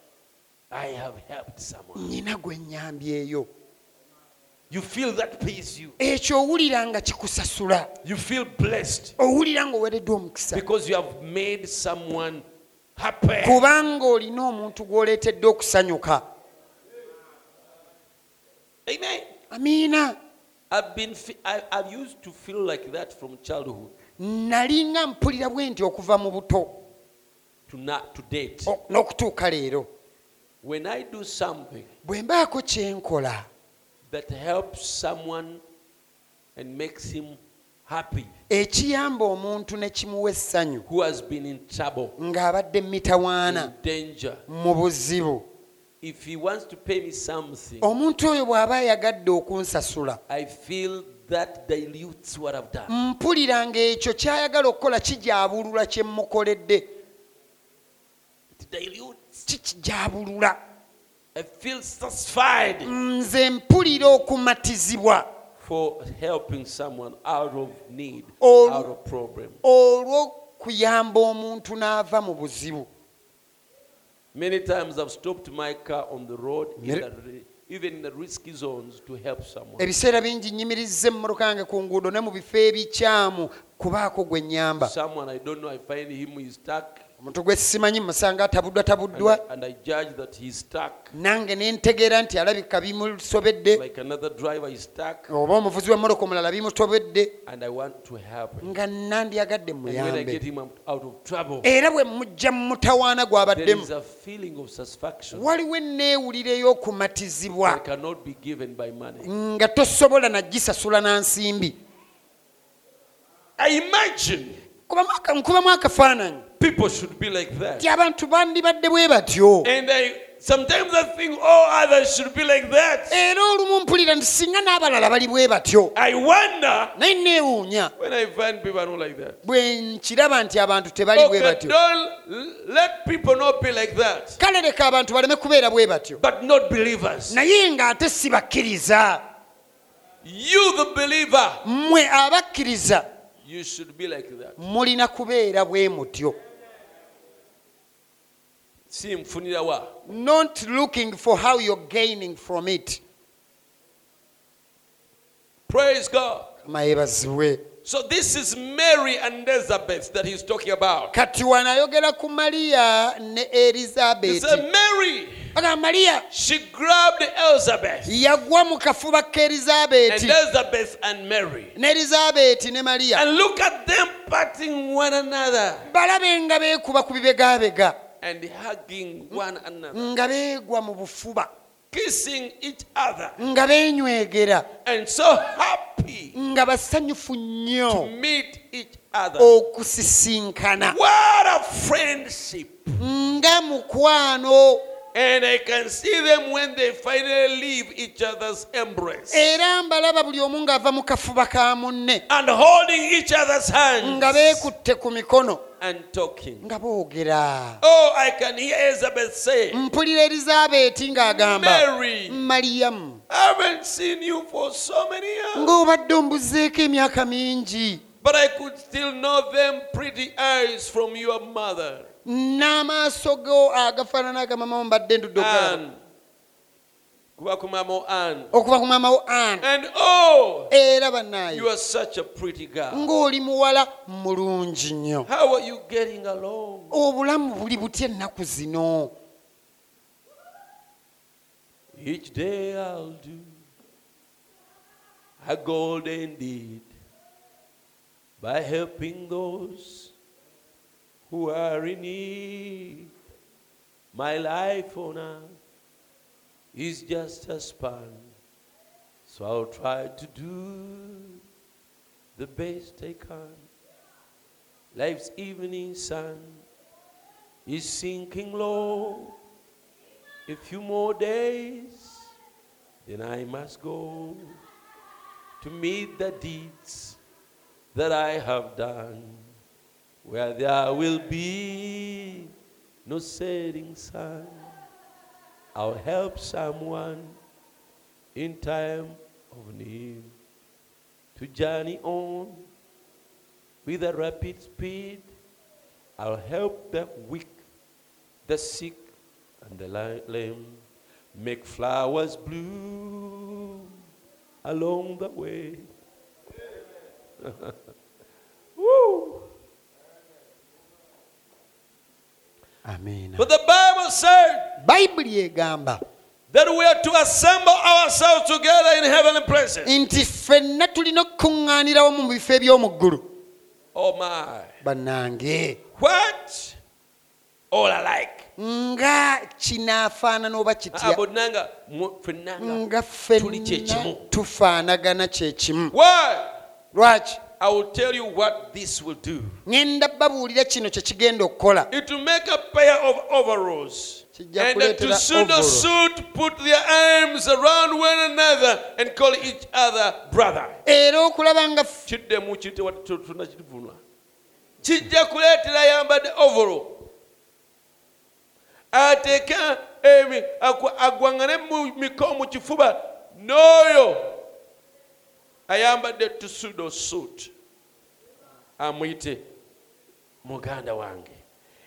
I have helped someone.
nnyina gwe nyambyeyo
You feel that pays you.
ekyo owulira nga kikusasula
You feel blessed
owulira ng'oweereddwa omukisa
because you have made someone happy.
kubanga olina omuntu gw'oleetedde okusanyuka
Amen.
amiina
I've been fe- I, I used to feel like that from childhood
nalinga mpulira bwe nti okuva mu buto
to not to date.
o- n'okutuuka leero
When I do something
bwe mbaako kye nkola
that helps someone and makes him happy
ekiyamba omuntu ne kimuwa essanyu
who has been in trouble,
ng'abadde mitawaana
in danger,
mu buzibu
if he wants to pay me something,
omuntu oyo bw'aba ayagadde okunsasula
I feel that dilutes what I've done.
mpulira ng'ekyo ky'ayagala okukola kijabulula kye mmukoledde
It dilutes.
kikijabulula
I feel satisfied
nze mpulira okumatizibwa
for helping someone out of need,
Oh.
out of problem.
olw'okuyamba omuntu n'ava mu buzibu
Many times I've stopped my car on the road, in
Many-
the, ri- even in the risky zones, to help someone.
ebiseera bingi nyimiriza emmotoka yange ku nguudo ne mu bifo ebikyamu kubaako gwe nyamba
Someone I don't know, I find him he's stuck,
omuntu gwe simanyi musanga atabuddwa
and I,
tabuddwa
and I judge that he's stuck.
nange ne ntegeera nti alabika bimusobedde
Like another driver is stuck,
oba omuvuzi w'emmotoka omulala bimusobedde
and I want to help him.
nga nandyagadde
And when I
muyambe
get him out out of trouble,
era bwe mujja mu mutawaana
there is
gw'abaddemu
a feeling of satisfaction
waliwo enneewulira ey'okumatizibwa
that cannot be given by money.
nga tosobola nagisasula na nsimbi
I imagine
Kubamu aka- nkubamu akafaananyi
people should be like that.
ti abantu bandibadde bwe batyo
And I sometimes I think all others should be like that.
era olumu mpulira nti singa n'abalala bali bwe batyo
I wonder
naye neewuunya
when I find people are not like that.
bwe nkiraba nti abantu tebali bwe
Okay,
batyo
don't let people not be like that,
kale leka abantu baleme kubeera bwe batyo
but not believers.
naye ng'ate sibakkiriza
You, the believer,
mmwe abakkiriza
you should be like that.
mulina kubeera bwe mutyo
Simfunira wa.
not looking for how you're gaining from it
Praise God.
mayebaziwe
So this is Mary and Elizabeth that he's talking about.
kati wanayogera ku maliya ne
He
elizabeti
said, Mary,
aga maliya
she grabbed Elizabeth.
yagwa mu kafuba ka
And
elizabeti
Elizabeth and Mary.
ne elizabeti ne maliya
And look at them patting one another
balabe nga beekuba ku bibegabega
and hugging one another,
nga beegwa mu bufuba
kissing each other,
nga beenywegera
and so happy
nga basanyufu
to
nnyo
meet each
Oh.
other.
okusisinkana
What a friendship!
nga mukwano
And I can see them when they finally leave each other's embrace
era mbalaba buli omu ng'ava mu kafuba ka munne
and holding each other's
nga
hands
beekutte ku mikono
and talking.
nga boogera
Oh, I can hear Elizabeth say,
mpulira erizaabeti ng'agamba
Mary,
maliyamu
I haven't seen you for so many years,
ng'obadde ombuzeeko emyaka mingi
but I could still know them pretty eyes from your mother.
n'amaaso go agafaanana agamamawo mbadde ndudde okulaba
Anne. Kubaku mama Anne.
okuva ku maamawo ana
And oh,
era banaayo
you are such a pretty girl.
ng'oli muwala mulungi nnyo
How are you getting along?
obulamu buli butya ennaku zino
Each day I'll do a golden deed by helping those who are in need. My life on earth is just a span, so I'll try to do the best I can. Life's evening sun is sinking low. A few more days, then I must go to meet the deeds that I have done, where there will be no setting sun. I'll help someone in time of need to journey on with a rapid speed. I'll help the weak the sick and the li- lame make flowers bloom along the way. Woo!
amiina
But the Bible said
bayibuli egamba
that we are to assemble ourselves together in heavenly places.
nti ffenna tulina okukuŋŋaanirawo mu bifo eby'omu ggulu
Oh my!
bannange
What? All alike.
nga kinaafaanana oba kitya
Abonanga, mu- fenanga.
nga
Ah, Tuli kye
ffenna
kimu.
tufaanagana kye kimu
Why?
lwaki
I will tell you what this will do.
ŋenda babuulira kino kye kigenda okukola
It will make a pair of overalls.
Kijja
And the
kuleetera
two pseudo-suit put their arms around one another and call each other brother.
era okulaba nga f-
kiddemu kiyite wati tu- tunakivunwa kijja kuleetera ayambadde ovolo ateeke emi- aku- agwangane mu miko mu kifuba n'oyo ayambadde tusudo suit amuyite muganda wange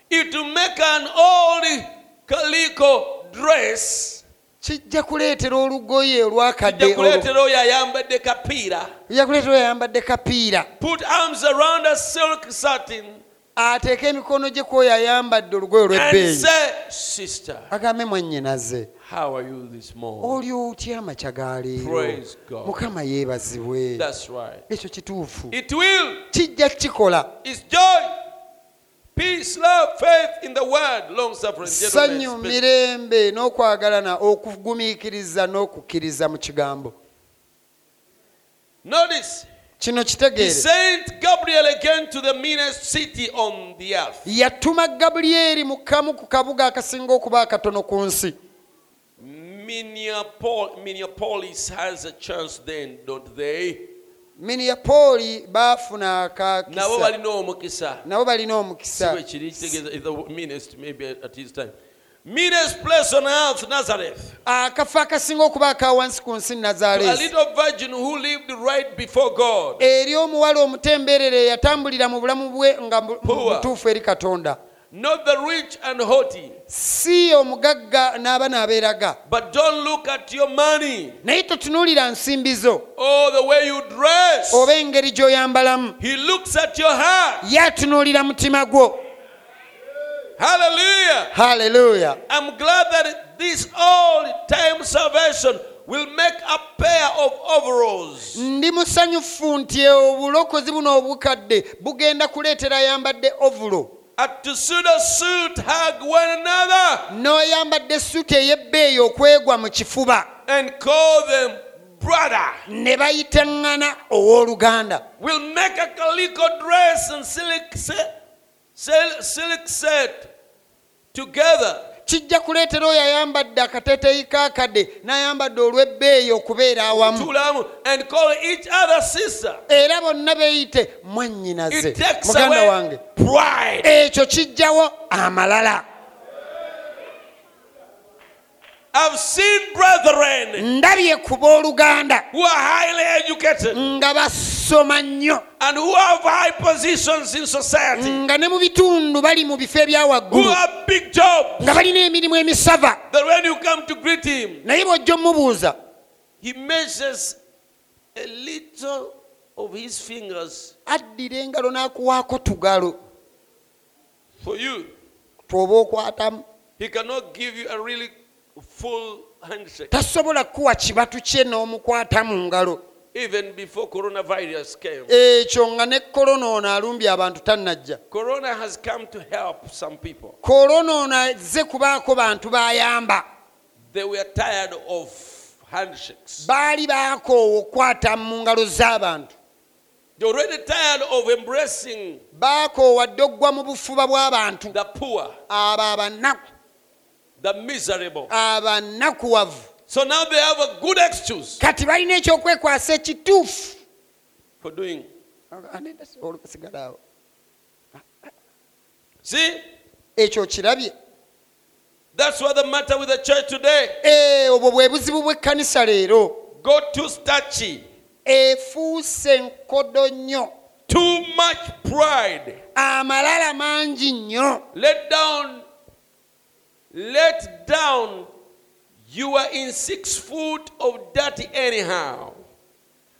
it will make an old calico dress
kijja kuleetera olugoye olwakadde olwo-
jakuleetera oyo ayambadde kapiira
kijja kuleetera oyo ayambadde kapiira
put arms around a silk satin
ateeke emikono gye kwoyo ayambadde olugoye
and
olw'ebbeeyi
say sister
agambe mwannyinaze
how are you this morning
oli otya amakya ga leero
praise god
mukama yeebazibwe
that's right
ekyo kituufu
it will
kijja kikola
is joy peace love faith in the word long suffering
ssanyu mirembe n'okwagalana okugumiikiriza n'okukkiriza mu kigambo
notice
kino
he
kitegeere
sent gabriel again to the meanest city on the earth
yatuma gabulyeri mukamu ku kabuga akasinga okuba akatono ku nsi
Minneapol- minneapolis has a chance then don't they
miniyapooli baafuna
nabo
akakisa
balina omukisa
nabo balina
si bwe
omukisa
kiri kitegeeza is the meanest maybe at his time meanest place on earth nazareth
akafo akasinga okuba akawansi ku nsi
to a
nazaalesi
little virgin who lived right before god
eri omuwala omutembeerere eyatambulira mu bulamu bwe nga mu-
Poor.
mutuufu eri katonda
not the rich and haughty
si omugagga n'aba n'abeeraga
but don't look at your money
naye totunuulira nsimbi zo
Oh, the way you dress.
oba engeri gy'oyambalamu
He looks at your heart.
ye atunuulira mutima gwo
Hallelujah.
haleluya
I'm glad that this old time salvation will make a pair of overalls.
ndi musanyufu nti obulokozi buno obukadde bugenda kuleetera ayambadde ovulo
A pseudo suit hug one another
n'oyambadde suuti ey'ebbeeyi okwegwa mu kifuba
and call them brother.
ne bayitaŋŋana owooluganda
We'll make a calico dress and silk set, sil- silk set together.
kijja kuleetera oyo ayambadde akateteeyi kaakadde n'ayambadde olw'ebbeeyi okubeera awamu
Tulamu, And call each other sister.
era bonna beeyite
It
mwannyinaze
takes
muganda
away
wange
pride.
ekyo kijjawo amalala
I've seen brethren
ndabye ku booluganda
who are highly educated
nga basoma nnyo
and who have high positions in society,
nga ne mu bitundu bali mu bifo ebya
who
waggulu
have big jobs,
nga balina emirimu emisava
that when you come to greet him,
naye bw'ojja omubuuza
he measures a little of his fingers
addira engalo n'akuwaako tugalo
for you.
twoba okwatamu
He cannot give you a really full handshake.
tasobola kuwa kibatu kye n'omukwata mu ngalo
Even before coronavirus came,
ekyo nga ne korona ono alumbye abantu tannajja
corona has come to help some people.
korona ono azze kubaako bantu bayamba
They were tired of handshakes,
baali baakoowa okukwata mu ngalo z'abantu
they're already tired of embracing
baakoowa dde oggwa mu bufuba bw'abantu
the poor.
abo abanaku
the miserable.
abanakuwavu
So now they have a good excuse
kati balina ekyokwekwasa ekituufu
for doing.
Olukasigala awo.
See,
ekyo okirabye
that's what the matter with the church today.
Eh, obwo bwe buzibu bw'ekkanisa leero
Got too starchy,
efuuse enkodo nnyo
too much pride,
amalala mangi nnyo
let down, let down. You are in six foot of dirty anyhow.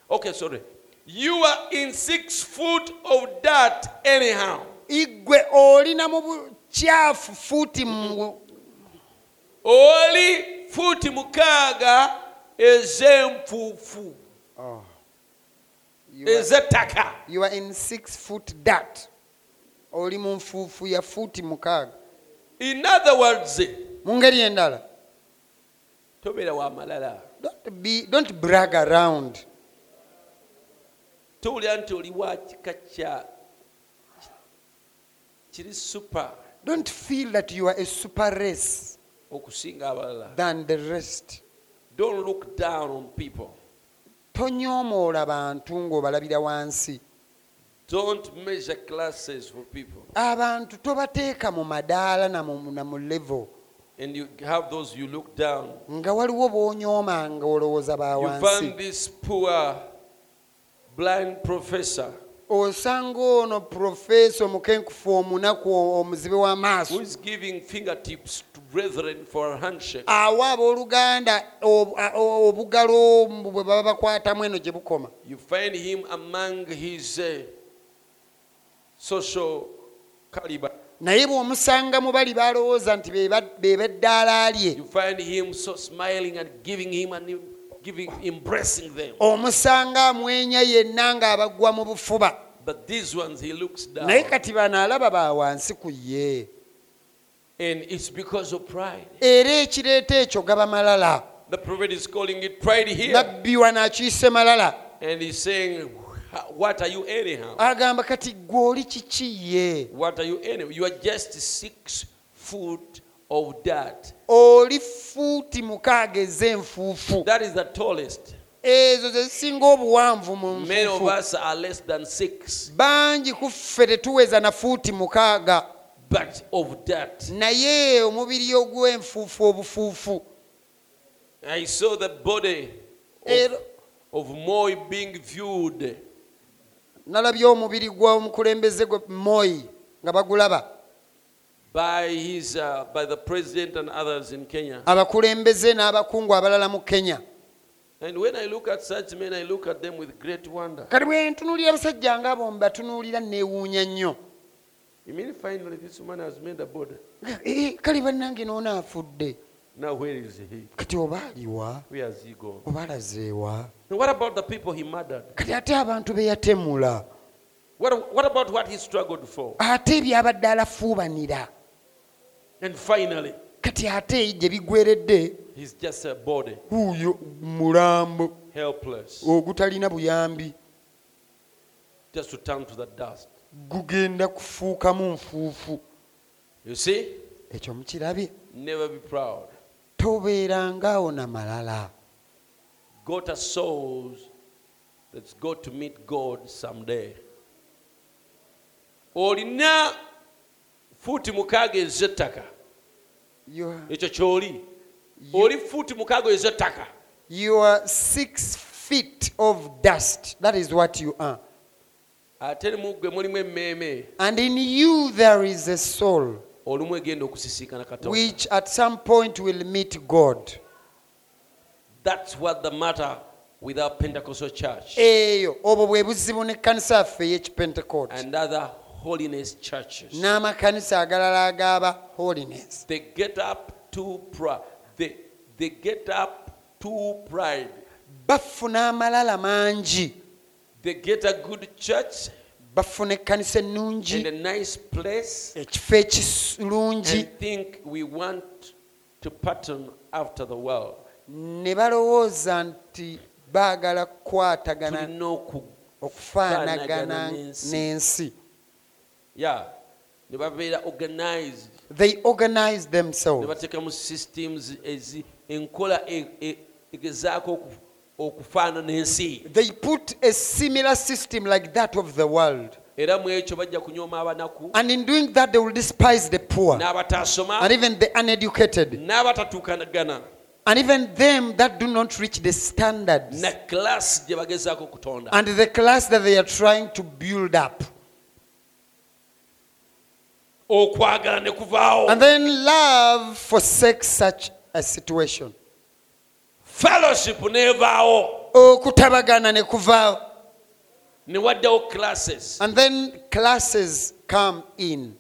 Okay, sorry. You are in six foot of dirt anyhow.
iggwe olina mu bukyafu fuuti mu
Oli futi mukaga ez'enfuufu.
Oh. You are-
ez'ettaka
you are in six foot dirt. oli mu nfuufu ya fuuti mukaaga
in other words
mu ngeri endala
tobeera wamalala
don't, be, don't brag around
towulira nti oli wa kika kya kiri supa
don't feel that you are a super race
okusinga abalala
than the rest
don't look down on people
tonyoomoola bantu ng'obalabira wansi
don't measure classes for people
abantu tobateeka mu madaala na mu- na mu level
and you have those you look down
nga waliwo b'onyooma nga olowooza ba
you find
wansi
this poor blind professor
osanga ono profesa omukenkufu omunaku omuzibe w'amaaso
who is giving fingertips to brethren for a handshake.
awa abooluganda obu- a- o- obugalo bwe baba bakwatamu eno gye bukoma
You find him among his uh, social caliber.
naye bw'omusanga mu bali balowooza nti be ba- be b'eddaala lye
You find him so smiling and giving him and giving, embracing them.
omusanga amwenya yenna ng'abagwa mu bufuba
But these ones, he looks down.
naye kati bano alaba ba wansi ku ye
And it's because of pride.
era ekireeta ekyo gaba malala
The prophet is calling it pride here.
nabbi wanaakiyise malala
And he's saying, What are you anyhow?
agamba kati gwe oli kiki ye
What are you anyhow? You are just six foot of dirt.
oli fuuti mukaaga ez'enfuufu
That is the tallest.
ezo ze zisinga obuwanvu mu
Many of
nfuufu
us are less than six,
bangi ku ffe tetuweza na fuuti mukaaga
but of dirt.
naye omubiri ogw'enfuufu obufuufu
I saw the body of,
era
of Moi being viewed.
nalabye omubiri gw'omukulembeze gwe moyi nga bagulaba
by his uh, by the president and others in Kenya.
abakulembeze n'abakungu abalala mu kenya
And when I look at such men, I look at them with great wonder.
kati bwe ntunuulira abasajja nga abo mbatunuulira neewuunya nnyo
You mean finally this man has made a body?
Nga, "Eh, kale bannange noonaafudde
Now where is he?
kati oba aliwa
Where has he gone?
oba alazeewa
And what about the people he murdered?
kati ate abantu be yatemula
What, what about what he struggled for?
ate byabadde alafuubanira
And finally,
kati ate gye bigweredde
he's just a body,
wuuyo mulambo
helpless,
ogutalina buyambi
just to turn to the dust.
gugenda kufuukamu nfuufu
You see?
ekyo mukirabye
Never be proud.
tobeerangaawo na malala
Got a souls that's got to meet God someday. Olina futi mukaaga ez'ettaka
You-
ekyo ky'oli
you-
oli futi mukaaga ez'ettaka
you are six feet of dust that is what you are
ate ne muggwe mulimu emmeeme
and in you there is a soul
olumu egenda okusisinkana katonda
which at some point will meet god
that's what the matter with our pentecostal church
eyo obwo bwe buzibu n'ekkanisa yaffe ey'ekipentecost
and other holiness churches
n'amakanisa agalala ag'aba holiness
they get up too proud they, they get up too pride
bafuna amalala mangi
they get a good church
bafuna ekkanisa
and
ennungi
a nice place
ekifo ekirungi
and think we want to pattern after the world
ne balowooza nti baagala kukwatagana
tulina oku-
okufaanagana
n'ensi.
n'ensi
yeah ne babeera organized
they organize
ne
themselves
bateekamu systems ezi enkola e- e- egezaako oku- okufaanana ensi
they put a similar system like that of the world
era mu ekyo bajja kunyooma abanaku
and in doing that they will despise the poor and
n'abataasoma
even the uneducated
n'abatatuukagana
and even them that do not reach the standards
na class gye bagezaako okutonda
and the class that they are trying to build up.
okwagala ne kuvaawo
And then love forsakes such a situation.
fellowship n'evaawo
Okutabagana Oh, ne kuvaawo.
ne waddawo classes
And then classes come in.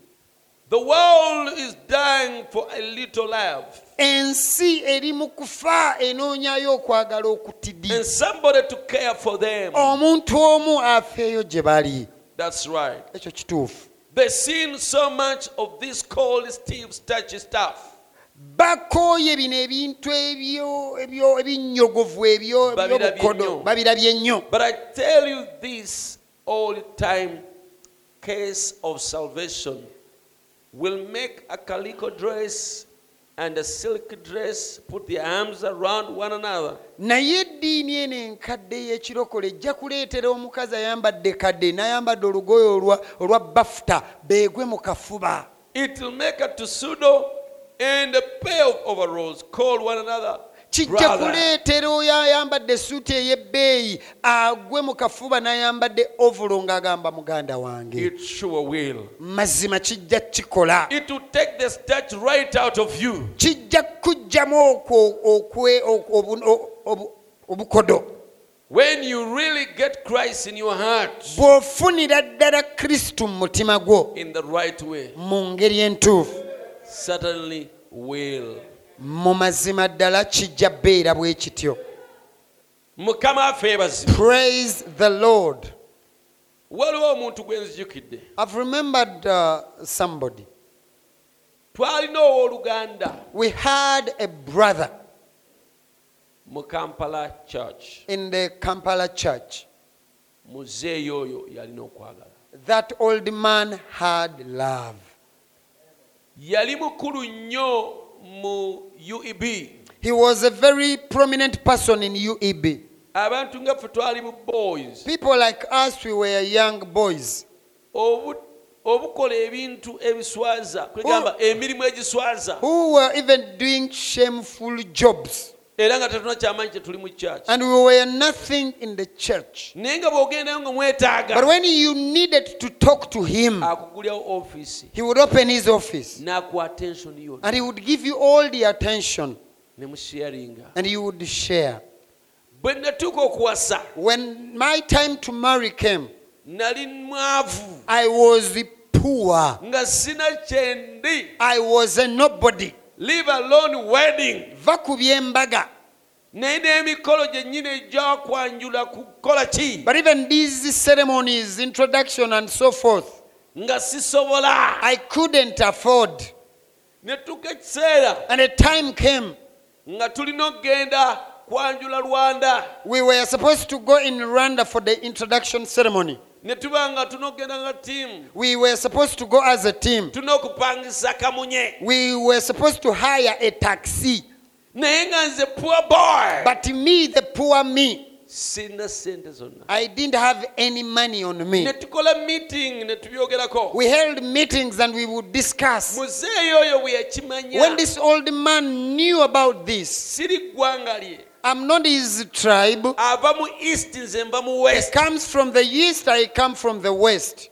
the world is dying for a little love
ensi eri mu kufa enoonyayo okwagala okutidi
and somebody to care for them
Oh. omuntu omu afeeyo gye bali
that's right
ekyo kituufu
they've seen so much of this cold steve touchy stuff
bakooye bino ebintu ebyo- ebyo- ebinnyogovu ebyo
Babirabye
ebyobukodo
nnyo.
babirabye nnyo
But I tell you this all the time case of salvation will make a calico dress and a silk dress put their arms around one another
naye eddiini eno enkadde y'ekirokole ejja kuleetera omukazi ayambadde kadde n'ayambadde olugoye olwa, olwa bafuta beegwe mu kafuba
it will make a tuxedo and a pair of overalls call one another
kijja
Brother.
kuleetera oyo ayambadde essuuti ey'ebbeeyi agwe mu kafuba n'ayambadde ovulo ng'agamba muganda wange
It sure will.
mazima kijja kikola
It will take the starch right out of you.
kijja kujjamu okwo okwe- ok- obu- o- obu- obukodo
When you really get Christ in your heart
bw'ofunira ddala kristu mu mutima gwo
in the right way,
mu ngeri entuufu
certainly will.
mu mazima ddala kijja bbeera bwe kityo
mukama waffe yebazi
praise the lord
waliwo omuntu gwe nzijukidde
i've remembered uh, somebody
twalina owooluganda
we had a brother
mu kampala church
in the kampala church
muzeeyi oyo yalina okwagala
that old man had love
yali mukulu nnyo mu E ueb
he was a very prominent person in ueb
abantu nga ffe twali mu boys
people like us we were young boys
obu- obukola ebintu ebiswaza kwegamba emirimu egiswaza
who were even doing shameful jobs
era nga tetuna kyamaanyi kye tuli mu church
and we were nothing in the church
naye nga bw'ogendayo nga
but
mwetaaga
when you needed to talk to him
akugulyawo ofiisi
he would open his office
n'akuwa atensioni yonna
and he would give you all the attention
ne musharinga
and you would share
bwe natuuka okuwasa
when my time to marry came
nali mwavu
i was poor
nga sina kyendi
i was a nobody
live alone wedding
bakubye embaga
naye n'emikolo gyennyini egyakwanjula kukola ki
but even these ceremonies introduction and so forth
nga sisobola
i couldn't afford
netuuka ekiseera
and a time came
nga tulina okgenda kwanjula lwanda
we were supposed to go in rwanda for the introduction ceremony
ne tuba nga tulina okgenda nga ttiimu
we were supposed to go as a team
tulina okupangisa kamunye
we were supposed to hire a taxi
naye nga nze poor boy
but me the poor me
sina sente zonna
i didn't have any money on me
ne tukola meeting ne tubyogerako
we held meetings and we would discuss
muzeeyi oyo bwe
when
yakimanya
this old man knew about this
siri ggwanga lye
i'm not his tribe
ava mu east nze nva mu
he
west
comes from the east i come from the west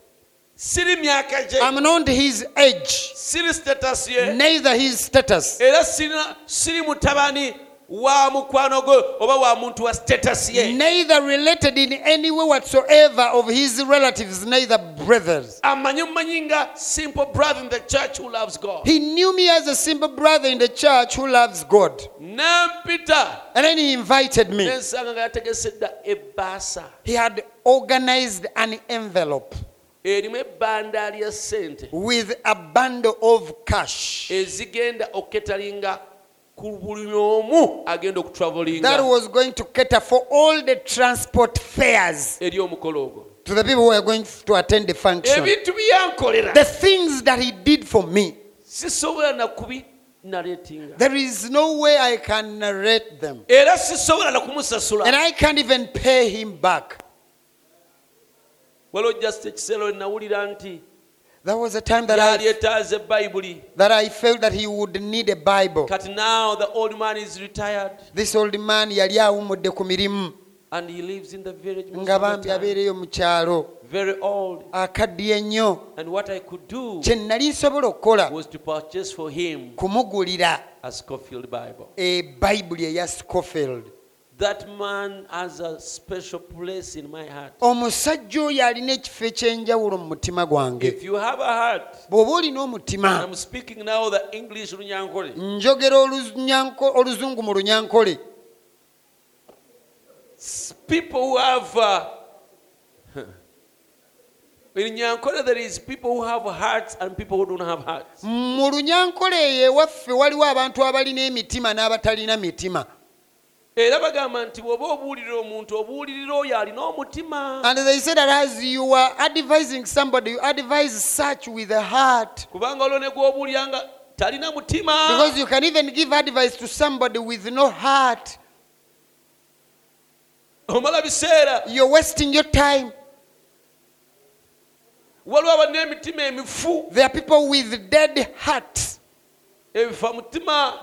siri myaka gye
i'm not his age
siri status ye
neither his status
era sirina- siri mutabani wa mukwano gwe oba wa muntu wa status ye
neither related in any way whatsoever of his relatives neither brothers
amanyi mumanyi nga simple brother in the church who loves god
he knew me as a simple brother in the church who loves god
nempita
and then he invited me
nensanga nga yategese dda ebbaasa
he had organized an envelope
erimu ebbandaali ya ssente
with a bundle of cash
ezigenda okuketalinga ku buli omu agenda
that
okutravelinga
was going to cater for all the transport fares
eri omukolo ogwo
to the people who are going to attend the function.
ebintu byeyankolera
The things that he did for me,
sisobola nakubi naleetinga
there is no way I can narrate them.
era sisobola
And
nakumusasula
I can't even pay him back.
waliwo just ekiseera lwe nawulira nti
There was a time that
yali
I,
etaaze bayibuli
that I felt that he would need a Bible.
kati now the old man is retired
This old man yali awummudde ku mirimu
and he lives in the village most
nga
of
bambi
the time.
abeereyo mu kyalo
very old
akaddiye nnyo
and what i could do
kye nnali nsobola okukola
was to purchase for him
kumugulira eh,
a scofield bible
ebayibuli eya scofield
that man has a special place in my heart
omusajja oyo alina ekifo ekyenjawulo mu mutima gwange
if you have a heart
bw'oba olina omutima
i'm speaking now the english lunyankole
njogera olunyanko- oluzungu mu lunyankole
S- people who have uh, in Nyankole there is people who have hearts and people who don't have hearts.
mu lunyankole eyo ewaffe waliwo abantu abalina emitima n'abatalina mitima
era bagamba Eh, nti bw'oba obuulirira omuntu obuulirira oyo alina omutima
and they say that as you are advising somebody you advise such with a heart
kubanga olwo ne gw'obuulira nga talina mutima
because you can even give advice to somebody with no heart
omala biseera
you're wasting your time
waliwo abalina emitima emifu
there are people with dead hearts
ebifa mutima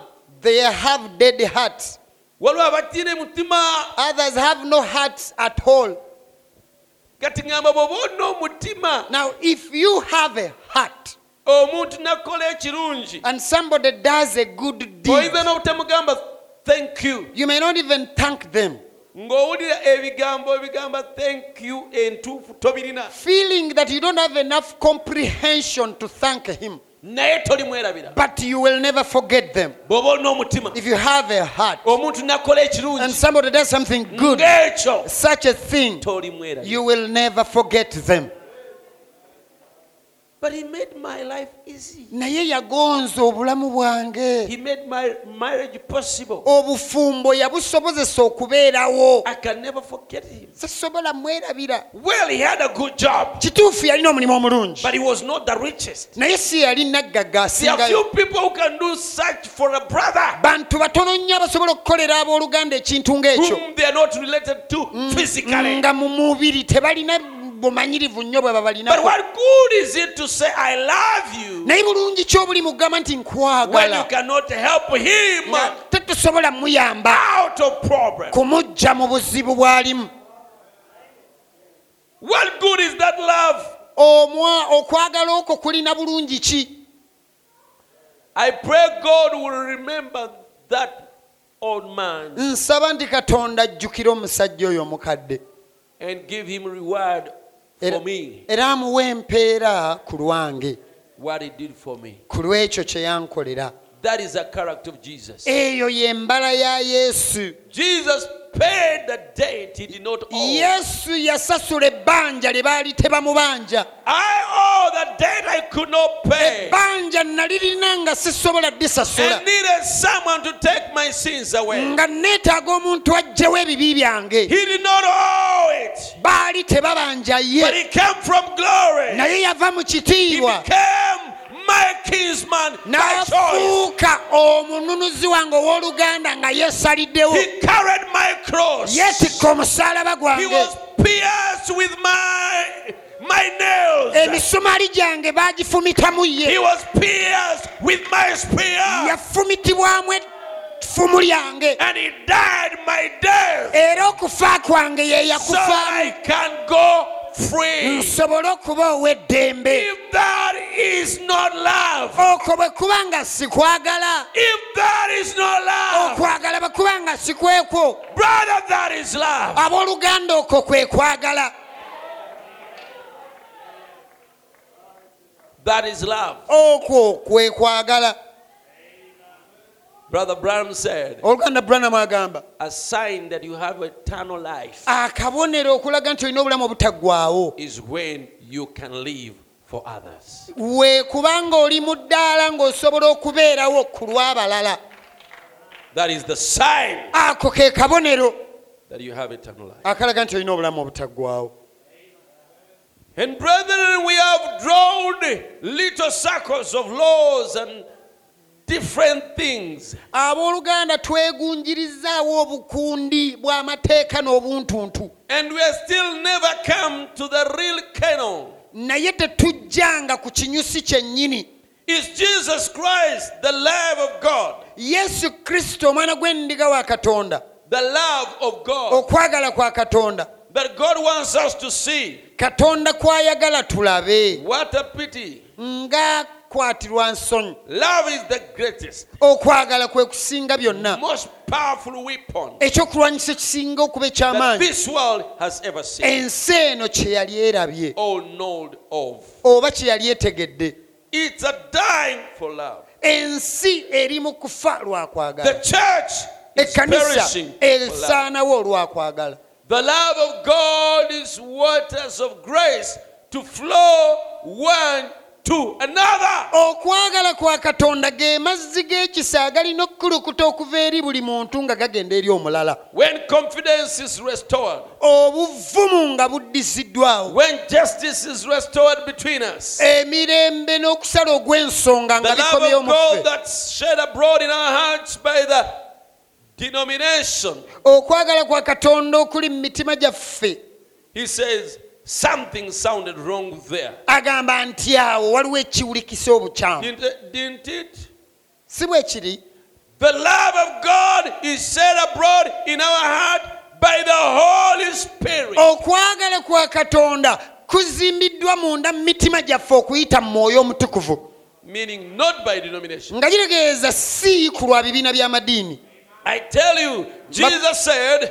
they have dead hearts
waliwo abatiira emutima
Others have no hearts at all.
kati ŋŋamba bwoba olina omutima
Now, if you have a heart
omuntu nakukola ekirungi
and somebody does a good deed,
oyinza n'obutamugamba thank you
you may not even thank them.
ng'owulira ebigambo ebigamba thank you entuufu tobirina
Feeling that you don't have enough comprehension to thank Him,
naye tolimwerabira
but you will never forget them.
bw'oba olina omutima
If you have a heart
omuntu nakola
and
ekirungi
somebody does something good,
ng'ekyo
such a thing,
tolimwerabira
you will never forget them.
but he made my life easy
naye yagonza obulamu bwange
he made my marriage possible
obufumbo yabusobozesa okubeerawo
i can never forget him
sisobola mwerabira
well he had a good job
kituufu yalina omulimu omulungi
but he was not the richest
naye si yali naggagga
there are
asingayo
few people who can do such for a brother
bantu batono nnyo abasobola okukolera abooluganda ekintu ng'ekyo
whom they are not related
Mm,
to physically
nga mu mubiri tebalina bumanyirivu nnyo bwe
but
babalina
what good is it to say i love you
naye bulungi ki obuli mugamba nti
when you
nkwagala
cannot help him
nga tetusobola mumuyamba
out of problem
kumugja mu buzibu bw'alimu
what good is that love
omwa okwagala okwo kulina bulungi ki
i pray god will remember that old man
nsaba nti katonda ajjukira omusajja oyo omukadde
and give him reward
Era-
for me
era amuwa empeera ku lwange
what he did for me
ku lwekyo kye yankolera
that is the character of jesus
eyo y'embala ya yesu
jesus paid the debt he did not owe
yesu yasasula ebbanja lye baali tebamubanja
i owe the debt i could not pay
ebbanja nalirina nga sisobola
and
ddisasula
needed someone to take my sins away
nga neetaaga omuntu ajjewo ebibi
he
byange
did not owe it
baali tebabanja
but
ye
he came from glory
naye yava mu
he
kitiibwa
became my kinsman by choice
n'afuuka omununuzi wange ow'oluganda nga yeesaliddewo
He carried my cross.
yeetikka omusaalaba
He
gwange
was pierced with my my nails.
emisumaali gyange baagifumitamu
He
ye
was pierced with my spear.
yafumitibwamu effumu lyange
And he died my death.
era okufa kwange ye
So
yakufaamu
I can go free.
nsobole okuba ow'eddembe
If that is not love,
okwo bwe kuba nga sikwagala
if that is not love,
okwagala bwe kuba nga sikwekwo
brother, that is love.
abooluganda okwo kwe kwagala
That is love.
okwo kwe kwagala
Brother Branham said,
oluganda branamu agamba
a sign that you have eternal life
akabonero okulaga nti olina obulamu obutaggwawo
is when you can live for others.
we kubanga oli mu ddaala ng'osobola okubeerawo ku lw'abalala
That is the sign
ako ke kabonero
that you have eternal life.
akalaga nti olina obulamu obutaggwawo
And brethren, we have drawn little circles of laws and different things.
abooluganda twegunjirizaawo obukundi bw'amateeka n'obuntuntu
And we are still never come to the real canon.
naye tetujjanga ku kinyusi kyennyini
Is Jesus Christ the love of God?
yesu kristo omwana gw'endiga wa katonda
The love of God
okwagala kwa katonda
that God wants us to see.
katonda kwayagala tulabe
What a pity.
nga kwatirwa nsonyi
Love is the greatest,
okwagala kwe kusinga byonna
most powerful weapon
ekyokulwanyisa ekisinga okuba
that
ekyamaanyi
this world has ever seen
ensi eno kye yali erabye
or known of.
oba kye yali etegedde
It's a dying for love.
ensi eri mu kufa
The
lwakwagala E
church is
ekkanisa
perishing for love.
esaanawo olwakwagala
The love of God is waters of grace to flow one to another.
okwagala kwa katonda ge mazzi g'ekisa agalina okukulukuta okuva eri buli muntu nga gagenda eri omulala
When confidence is restored,
obuvumu nga buddisiddwawo
when justice is restored between
E
us,
emirembe n'okusala ogw'ensonga
the
nga
love
bikomyewo
of
mu
God
ffe
that's shed abroad in our hearts by the denomination,
okwagala kwa katonda okuli mu mitima gyaffe
he says, something sounded wrong there.
agamba Ah. nti awo waliwo ekiwulikisa obukyamu
Didn't, didn't it?
si bwe kiri
The love of God is set abroad in our heart by the Holy Spirit.
okwagala kwa katonda kuzimbiddwa munda mu mitima gyaffe okuyita mu mwoyo omutukuvu
Meaning not by denomination.
nga gitegeeza si ku lwa bibiina by'amadiini
I tell you, Jesus said,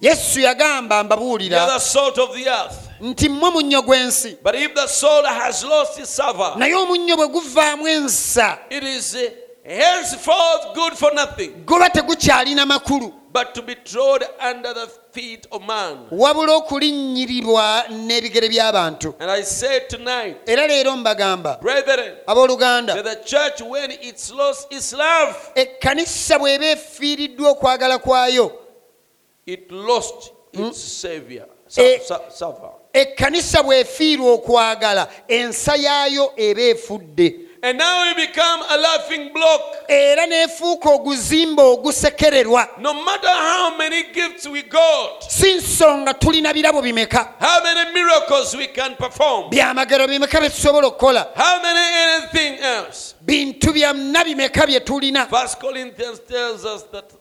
yesu yagamba
You're the
mbabuulira
salt of the earth.
nti mmwe munnyo gw'ensi
But if the salt has lost its savor,
naye omunnyo bwe guvaamu ensa
it is uh, henceforth good for nothing
goba tegukyalina makulu
but to be trod under the feet of man.
wabula okulinnyirirwa n'ebigere by'abantu
And I say tonight,
era leero mbagamba
brethren, that
abooluganda
the church, when it's lost its love,
ekkanisa bw'eba efiiriddwa okwagala kwayo
it lost its savior,
Eh.
sa- sa- savor.
ekkanisa bw'efiirwa okwagala ensa yaayo eba efudde
And now we become a laughing block.
era n'efuuka oguzimba ogusekererwa
No matter how many gifts we got,
si nsonga tulina birabo bimeka
how many miracles we can perform,
byamagero bimeka bye tusobola okukola
how many anything else.
bintu byonna bimeka bye tulina
First Corinthians tells us that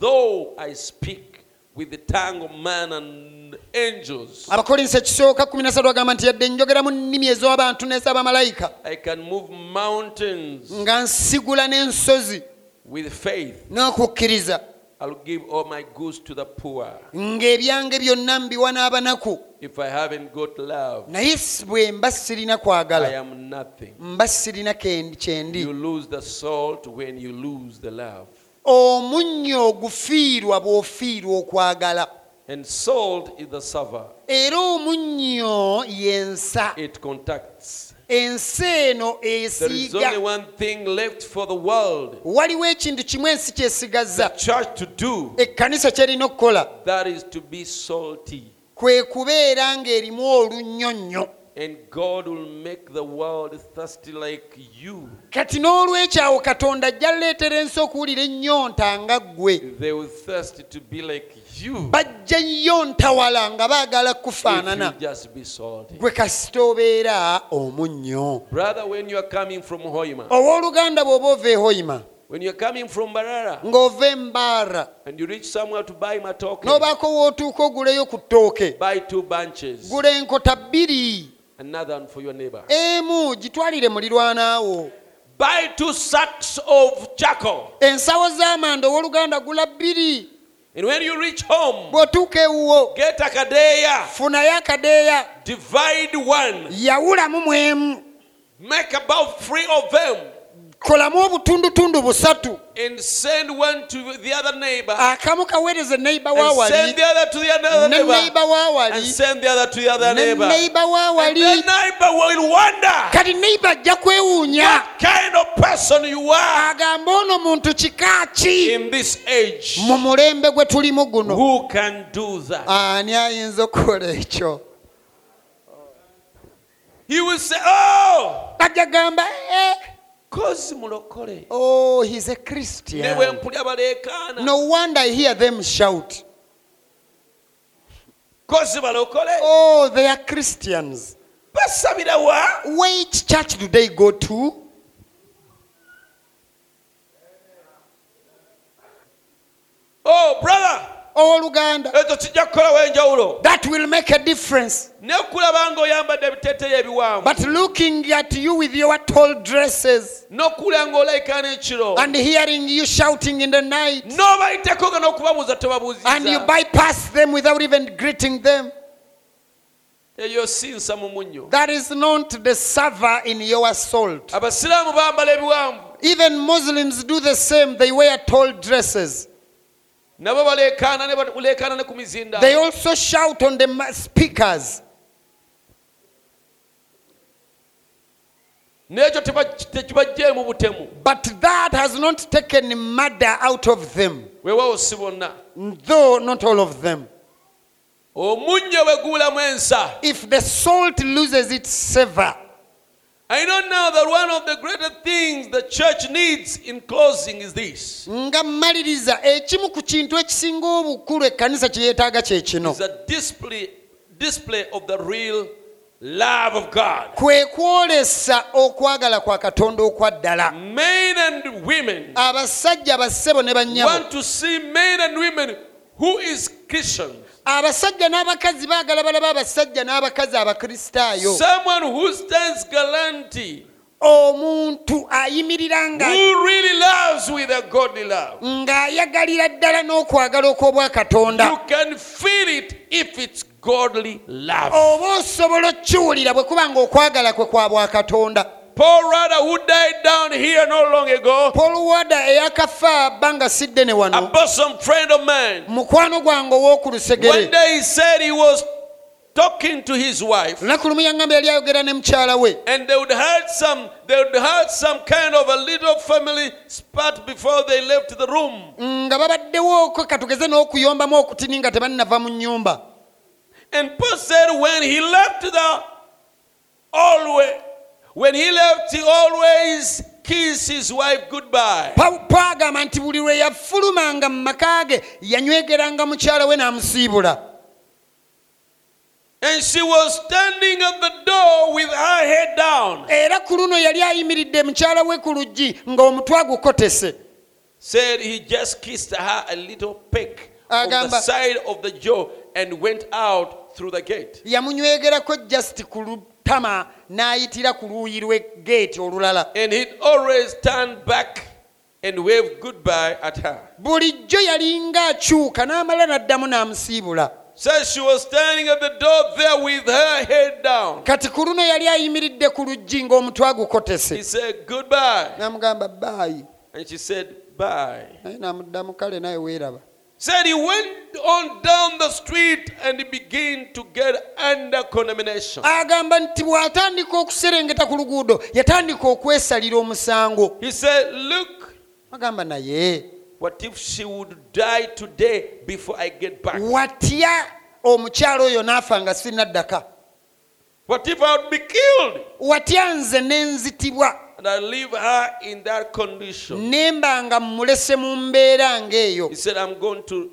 though I speak with the tongue of man and angels,
abakolinsa ekisooka 13 agamba nti yadde njogera mu nnimi ez'abantu n'ez'abamalayika
I can move mountains
nga nsigula n'ensozi
with faith.
n'okukkiriza
I'll give all my goods to the poor.
ng'ebyange byonna mbiwa n'abanaku
If I haven't got love,
naye si- bwe mba sirina
I
kwagala
am nothing.
mba sirina kendi- kye
You
ndi
lose the salt when you lose the love.
omunnyo ogufiirwa bw'ofiirwa okwagala
And salt is the savour.
era omunnyo yensa
It contacts.
ensi eno
There is only
esiiga
one thing left for the world,
waliwo ekintu kimu ensi
the
kyesigaza
church to do.
ekkanisa kyerina okukola
That is to be salty.
kwe kubeera ng'erimu olunnyo nnyo
And God will make the world thirsty like you.
kati n'olwekyo awo katonda ajja leetera ensi okuwulira ennyonta nga ggwe
They will thirst to be like you.
bajja nyontawala nga baagala
if you
kufaanana
just be salty.
gwe kasita obeera omunnyo
Brother, when you are coming from
Oh.
Hoima,
owooluganda bw'oba ova ehoima
when you are coming from Barara,
ng'ova embaara
and you reach somewhere to buy matoke,
n'obaako w'otuuka oguleyo ku ttooke
buy two bunches,
gula enkota bbiri
another one for your neighbor.
emu gitwalire mulirwanaawo
Buy two sacks of charcoal.
ensawo z'amanda owooluganda gula bbiri
And when you reach home,
bw'otuuka ewuwo
get a kadeya,
funayo akadeeya
divide one,
yawulamu mwemu
make about three of them,
kolamu obutundutundu busatu
and send one to the other neighbor.
akamu kaweereze neiba
And send
waawali
the other to the
ne
other neighbor.
neiba
And
waawali
send the other to the other
ne
neighbor. And
neiba
the
waawali
neighbor will wonder
kati neiba ajja kwewuunya
what kind of person you are
agamba ono muntu kika ki
in this age.
mu mulembe gwe tulimu guno
Who can do that?
ani ayinza okukola ekyo
He will say, Oh,
ajja gamba "Eh,
kozi mulokole.
oh he's a
Ne bwe
christian
mpulya baleekaana.
no wonder i hear them shout
Kozi balokole.
oh they are christians
Basabira wa?
which church do they go to
Oh, brother,
owooluganda
ekyo kijja kukolawo enjawulo.
that will make a difference
Nekulaba ng'oyambadde ebiteeteeyi ebiwanvu.
but looking at you with your tall dresses
N'okula ng'olayikana ekiro.
and hearing you shouting in the night
N'obayiteko nga n'okubabuuza
and you
tobabuuziza.
bypass them without even greeting them
eyo si nsa mu munnyo
that is not the savor in your salt
abasiraamu bambala ebiwanvu
even muslims do the same they wear tall dresses
nabo baleekaana ne baleekaana ne ku mizinda
they also shout on the ma- speakers
n'ekyo teba- tekibagjeemu butemu
but that has not taken murder out of them
weewaawo si bonna
though not all of them
omunnyo bwe guulamu ensa
if the salt loses its savor
i know now that one of the greater things the church needs in closing is this
nga mmaliriza ekimu ku kintu ekisinga obukulu ekkanisa kye yeetaaga kye kino
is a display, display of the real love of God.
kwe kwolesa okwagala kwa katonda okwa ddala
Men and women
abasajja bassebo ne bannyabo
want to see men and women who is Christian.
abasajja n'abakazi baagala balaba abasajja n'abakazi abakristaayo
Someone who stands gallantly,
omuntu ayimirira
who
nga
really loves with a godly love.
ng'ayagalira ddala n'okwagala
You
okw'obwakatonda
can feel it if it's godly love.
oba osobola okkiwulira bwe kuba ng'okwagala kwe kwa bwakatonda
Paul Rudder, who died down here not long ago,
polwada eyakafa bbanga si ddene
a
wano
bosom friend of mine,
mukwano gwange ow'oku
one
lusegere
day he said he was talking to his wife.
lunaku lumu yaŋŋamba yali ayogera ne mukyala we
And they would had some they would had some kind of a little family spat before they left the room.
nga babaddewo ko katugeze n'okuyombamu okutini nga tebannava mu nnyumba
And Paul said when he left the always when he left he always kissed his wife goodbye.
Pa- pagamba nti buli lwe yafulumanga mu maka ge yanywegeranga mukyala we n'amusiibula
And she was standing at the door with her head down,
era ku luno yali ayimiridde mukyala we ku luggi ng'omutwe agukotese
said he just kissed her a little peck on the
Agamba-
side of the jaw and went out through the gate.
yamunywegerako just ku lutama n'ayitira ku luuyi lwe geeti olulala
And he'd always turn back and wave goodbye at her.
bulijjo yalinga akyuka n'amala n'addamu n'amusiibula
Says she was standing at the door there with her head down.
kati ku luno yali ayimiridde ku luggi ng'omutwe
He
agukotese
said goodbye.
n'amugamba baayi
And she said, Bye.
naye n'amuddamu kale naye weeraba
Said he went on down the street and he began to get under condemnation.
agamba nti bw'atandika okuserengeta ku luguudo yatandika okwesalira omusango
He said, Look,
agamba naye
what if she would die today before I get back?
watya omukyala oyo n'afa nga sinaddaka
What if I would be killed
watya nze nenzitibwa
and I leave her in that condition?
nemba nga mmulese mu mbeera ng'eyo
He said, I'm going to,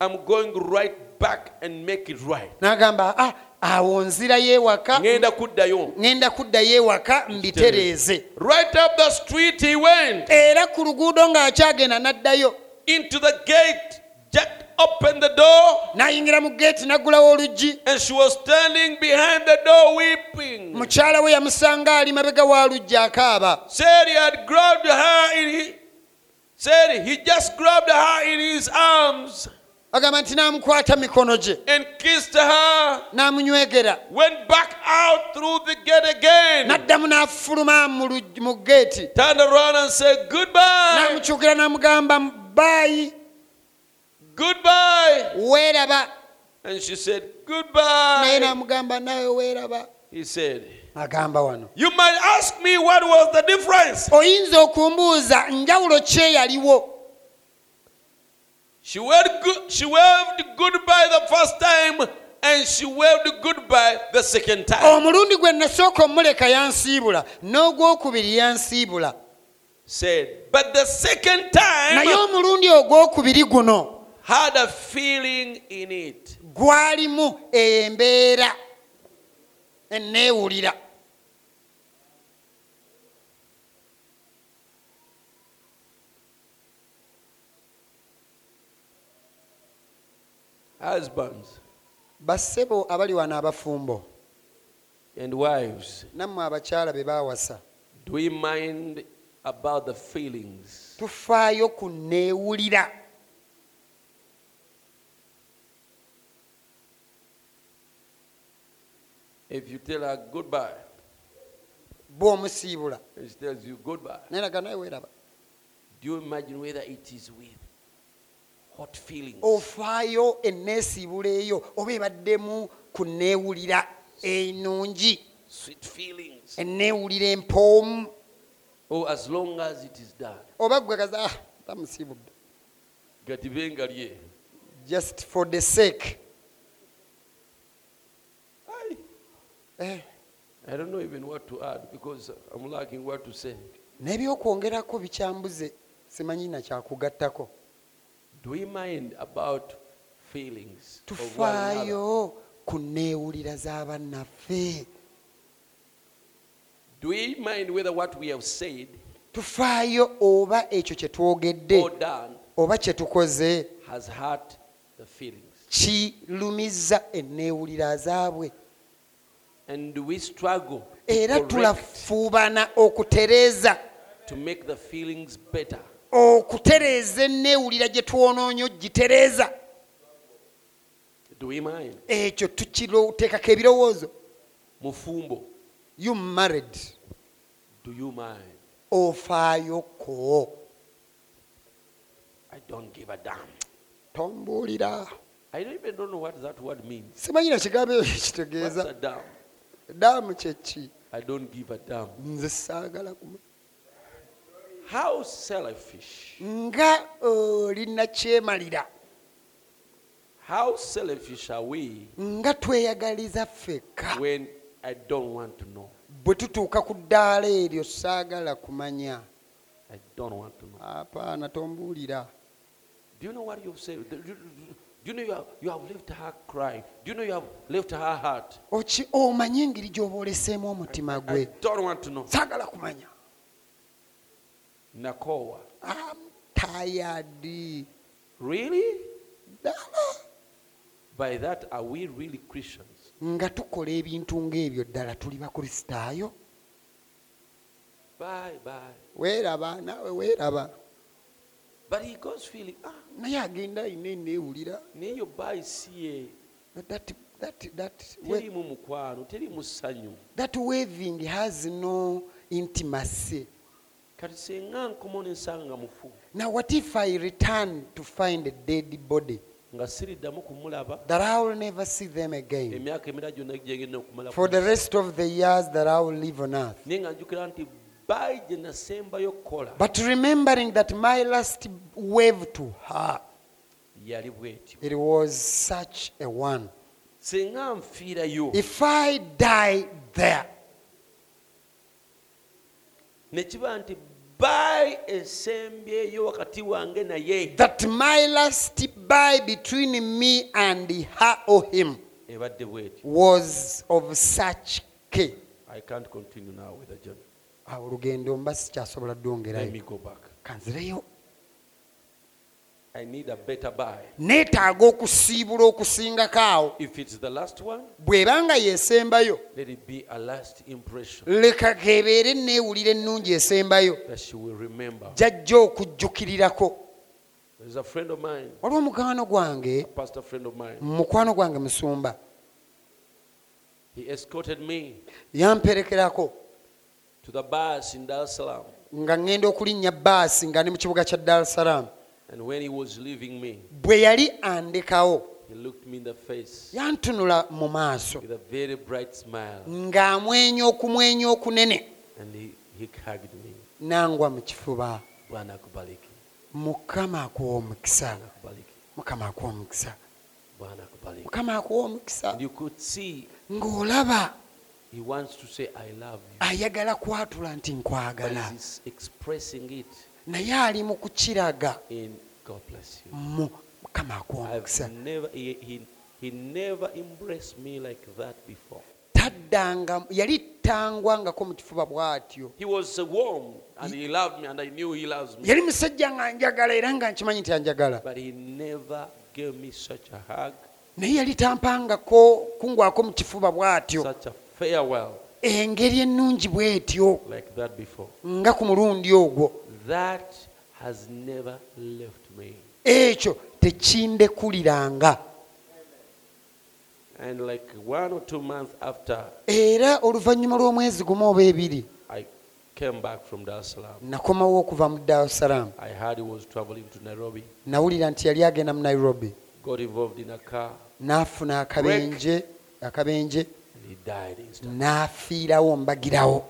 I'm going right back and make it right.
n'agamba ah awo nzira y'ewaka
Ngenda kuddayo.
ŋŋenda kuddayo ewaka mbitereeze
Right up the street he went.
era ku luguudo ng'akyagenda n'addayo
into the gate, Jack opened the door,
n'ayingira mu geeti n'aggulawo oluggi
and she was standing behind the door weeping.
mukyala we yamusanga ali mabega wa luggi akaaba
Said he had grabbed her in his, said he just grabbed her in his arms
agamba nti n'amukwata mikono gye
and kissed her,
n'amunywegera
went back out through the gate again,
n'addamu n'afuluma mu luggi- mu geeti
turned around and said, Goodbye,
n'amukyukira n'amugamba baayi
goodbye.
weeraba
And she said,
naye
Goodbye.
n'amugamba naawe weeraba
He said,
agamba wano
You might ask me what was the difference.
oyinza okumbuuza njawulo kyeyaliwo
She waved, good, she waved goodbye the first time and she waved goodbye the second time.
omulundi gwe nasooka omuleka yansiibula n'ogwokubiri yansiibula
Said, but the second time
naye omulundi ogwokubiri guno
had a feeling in it.
gwalimu embeera enneewulira
Husbands
bassebo abali wano abafumbo
and wives,
nammwe abakyala be baawasa
do we mind about the feelings?
tufaayo ku neewulira
If you tell her goodbye
bw'omusiibula
and she tells you goodbye,
naye naga naye weeraba
do you imagine whether it is with hot feelings?
Oh. ofaayo enneesiibula eyo oba ebaddemu ku neewulira enungi
Sweet feelings.
enneewulira empoomu
Oh, as long as it is done.
oba gwekaza tamusiibudde
Kati bengalye.
just for the sake
Aye.
eh,
I don't know even what to add because I'm lacking what to say.
n'ebyokwongerako bikyambuze simanyi nakyakugattako
Do we mind about feelings? of one another?
tufaayo ku neewulira z'abannaffe
Do we mind whether what we have said
tufaayo oba ekyo kye twogedde
or done
oba kye tukoze
has hurt the feelings?
kilumiza enneewulira zaabwe
And do we struggle to
era
correct,
tulafuubana okutereeza
to make the feelings better?
okutereeza enneewulira gye twonoonye ogitereeza
Do we mind?
ekyo tukitekako ebirowoozo
Mufumbo,
you married
do you mind?
ofaayoko
I don't give a damn.
tombuulira
I don't even don't know what that word means.
simanyina kigambo ekyo
What's a
kitegeeza
damn?
daamu kyeki
I don't give a damn.
nze saagala kuma
How selfish.
nga oh, oli nakyemalira
How selfish are we
nga tweyagaliza ffekka
when I don't want to know?
bwe tutuuka ku ddaala eryo saagala kumanya
I don't want to know.
apaana tombuulira
Do you know what you've said? Do you, do you know you have, you have left her crying? Do you know you have left her heart?
oki omanye engeri gy'obooleseemu omutima
I
gwe
don't want to know.
saagala kumanya
Nakoa.
tayadi
Really?
ddala
By that, are we really Christians?
nga tukola ebintu ng'ebyo ddala tuli bakristaayo
Bye, bye.
weeraba naawe weeraba
But he goes feeling, ah,
naye agenda ayina eneewulira
neyo baisiye.
that, that, that, we-
Teri mu mukwano, teri mu ssanyu.
that waving has no intimacy
Kati singa nkomo ne nsanga mufu,
now what if i return to find a dead body
nga siriddamu kumulaba,
that i will never see them again
emyaka emirala gyonna gye ngenda okumala
Hmm. for
ku
the rest of the years that i will live on earth
naye nga njukira nti bayi gye nasembayo okukola
but remembering that my last wave to her
yali bwetyo
it was such a one
singa nfiirayo
if i die there
ne kiba nti bayi esembyeyo wakati wange naye
that my last by between me and her or him
ebadde bwetyo
was of such care
i can't continue now with the journey
awo olugendo mba sikyasobola
let
ddongerayo
me go back
kanzireyo
i need a better buy
neetaaga okusiibula okusingako awo
if it's the last one
bw'ebanga yeesembayo
let it be a last impression
leka kebeere neewulira ennungi esembayo
that she will remember
jajja okujjukirirako
there's a friend of mine
waliwo mugano gwange
a pastor friend of mine
mukwano gwange musumba
he escorted me
yamperekerako
to the bus in dar es salaam
nga ŋŋenda okulinnya baasi nga ne mu kibuga kya dar es salaam
and when he was leaving me
bwe yali andekawo
he looked me in the face
yantunula mu maaso
with a very bright smile
ng'amwenya okumwenya okunene
and he, he hugged me
nangwa mu kifuba
bwana akubaliki
mukama akuwa omukisa
bwana akubaliki
mukama akuwa omukisa
bwana akubaliki
mukama akuwa omukisa
And you could see
ng'olaba
he wants to say, I love you.
ayagala kwatula nti
But
nkwagala
he's expressing it
naye ali mu kukiraga
in God bless you.
mu mukama akuwa omukisa
I've never, he, he, he never embraced me like that before.
taddanga yali tangwangako mu kifuba bw'atyo
He was uh, warm and he loved me and I knew he loves me.
yali musajja nga njagala era nga nkimanyi nti anjagala
But he never gave me such a hug,
naye yali tampangako kungwako mu kifuba bw'atyo
such a farewell
engeri ennungi bw'etyo
like that before.
nga ku mulundi ogwo
That has never left me.
ekyo tekindekuliranga
And like one or two months after
era oluvannyuma lw'omwezi gumu oba ebiri
I came back from Dar es Salaam,
nakomawo okuva mu dar es salaam
I heard he was traveling to Nairobi.
nawulira nti yali agenda mu nairobi
got involved in a car
n'afuna akabenje akabenje
and he died instantly.
n'afiirawo mbagirawo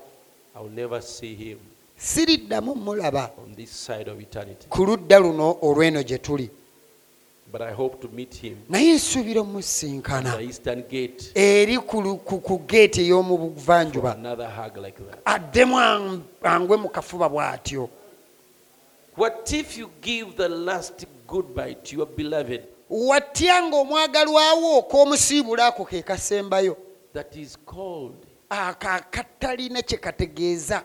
I'll never see him
siriddamu mulaba
on this side of eternity,
ku ludda luno olw'eno gye tuli
but I hope to meet him
naye nsuubira
at the
omusisinkana
eastern gate
eri ku lu- ku- ku geeti ey'omu
for
buvanjuba
another hug like that.
addemu ang- angwe mu kafuba bw'atyo
What if you give the last goodbye to your beloved
watya ng'omwagalwawo k'omusiibula ako ke kasembayo
that is called
ako akatalina kye kategeeza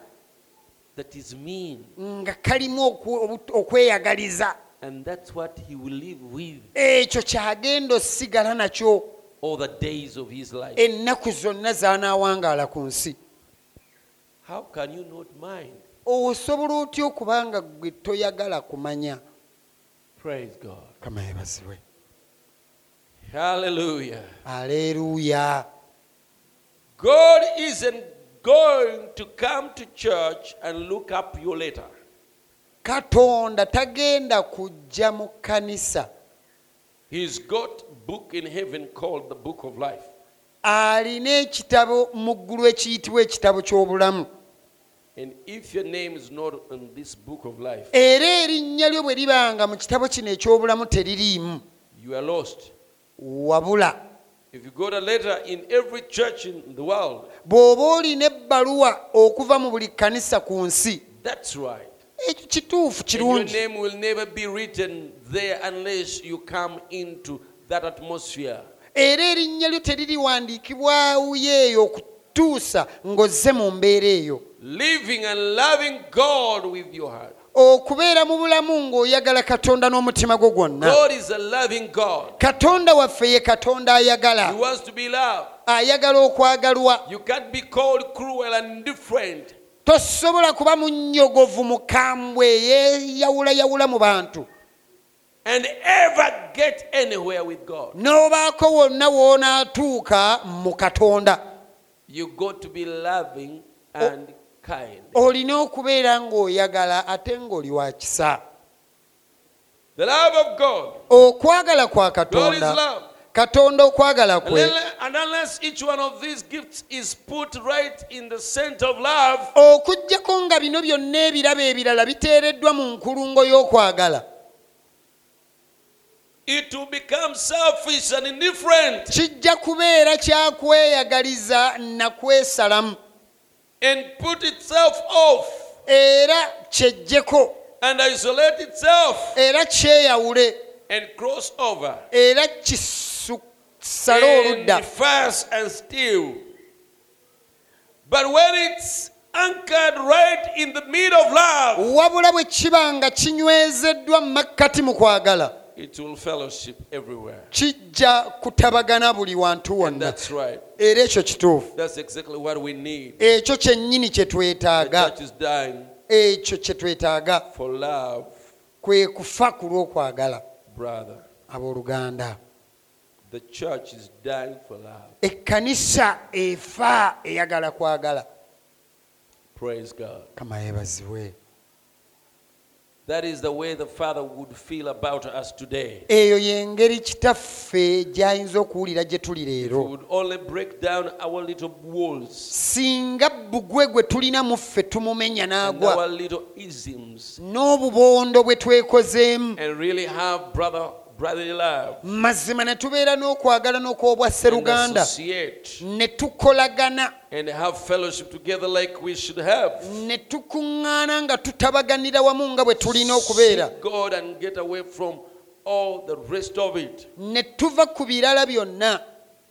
that is mean.
nga kalimu oku- obu- okweyagaliza
And that's what he will live with
ekyo kyagenda osigala nakyo
all the days of his life.
ennaku zonna zanaawangaala ku nsi
How can you not mind?
osobola otya okuba nga gwe toyagala kumanya
Praise God.
kama yebazibwe
Hallelujah.
aleeruuya
God isn't going to come to church and look up you later.
katonda tagenda kujja mu kkanisa
He's got book in heaven called the book of life.
alina ekitabo mu ggulu ekiyitibwa ekitabo ky'obulamu
And if your name is not in this book of life,
era erinnya lyo bwe libanga mu kitabo kino eky'obulamu teririimu
you are lost.
wabula
If you got a letter in every church in the world,
bw'oba olina ebbaluwa okuva mu buli kkanisa ku nsi
that's right.
ekyo kituufu
And your
kirungi
name will never be written there unless you come into that atmosphere.
era erinnya lyo teririwandiikibwawuyo eyo okutuusa ng'ozze mu mbeera eyo
Living and loving God with your heart.
okubeera mu bulamu ng'oyagala katonda n'omutima gwo gwonna
God is a loving God.
katonda waffe ye katonda
He
ayagala
wants to be loved.
ayagala okwagalwa
You can't be called cruel and indifferent.
tosobola kuba munyogovu mukambwe eyeyawulayawula mu bantu
and ever get anywhere with God.
n'obaako wonna w'onatuuka mu katonda
You got to be loving and kind.
olina okubeera ng'oyagala ate ng'oli wa kisa
The love of God.
okwagala kwa
God is
katonda
love.
katonda okwagala
And,
kwe
then- and unless each one of these gifts is put right in the center of love,
okugjako nga bino byonna ebirabo ebirala biteereddwa mu nkulungo y'okwagala
it will become selfish and indifferent
kijja kubeera kyakweyagaliza nakwesalamu
and put itself off
era kyejjeko
and isolate itself
era kyeyawule
and cross over.
era kisu- sale oludda
and fast and still. But when it's anchored right in the middle of love,
wabula bwe kiba nga kinywezeddwa mu makkati mu kwagala
it will fellowship everywhere.
kijja kutabagana buli wantu
And
wonna
that's right.
era ekyo kituufu
That's exactly what we need.
ekyo kyennyini kye
The
twetaaga
church is dying
ekyo kye twetaaga
for love,
kwe kufa ku lw'okwagala
brother.
abooluganda
The church is dying for love.
ekkanisa efa eyagala kwagala
Praise God.
kama yeebazibwe
That is the way the Father would feel about us today.
eyo y'engeri kitaffe gy'ayinza okuwulira gye tuli
If we
leero
would only break down our little walls
singa bbugwe gwe tulina mu ffe tumumenya
and
n'agwa
our little isms
n'obubondo bwe twekozeemu
and really have brother brotherly love
mazima ne tubeera n'okwagala n'okwobwa
and
seruganda
associate
ne tukolagana
and have fellowship together like we should have
ne tukuŋŋaana nga tutabaganira wamu nga bwe tulina okubeera
Seek god and get away from all the rest of it
ne tuva ku birala byonna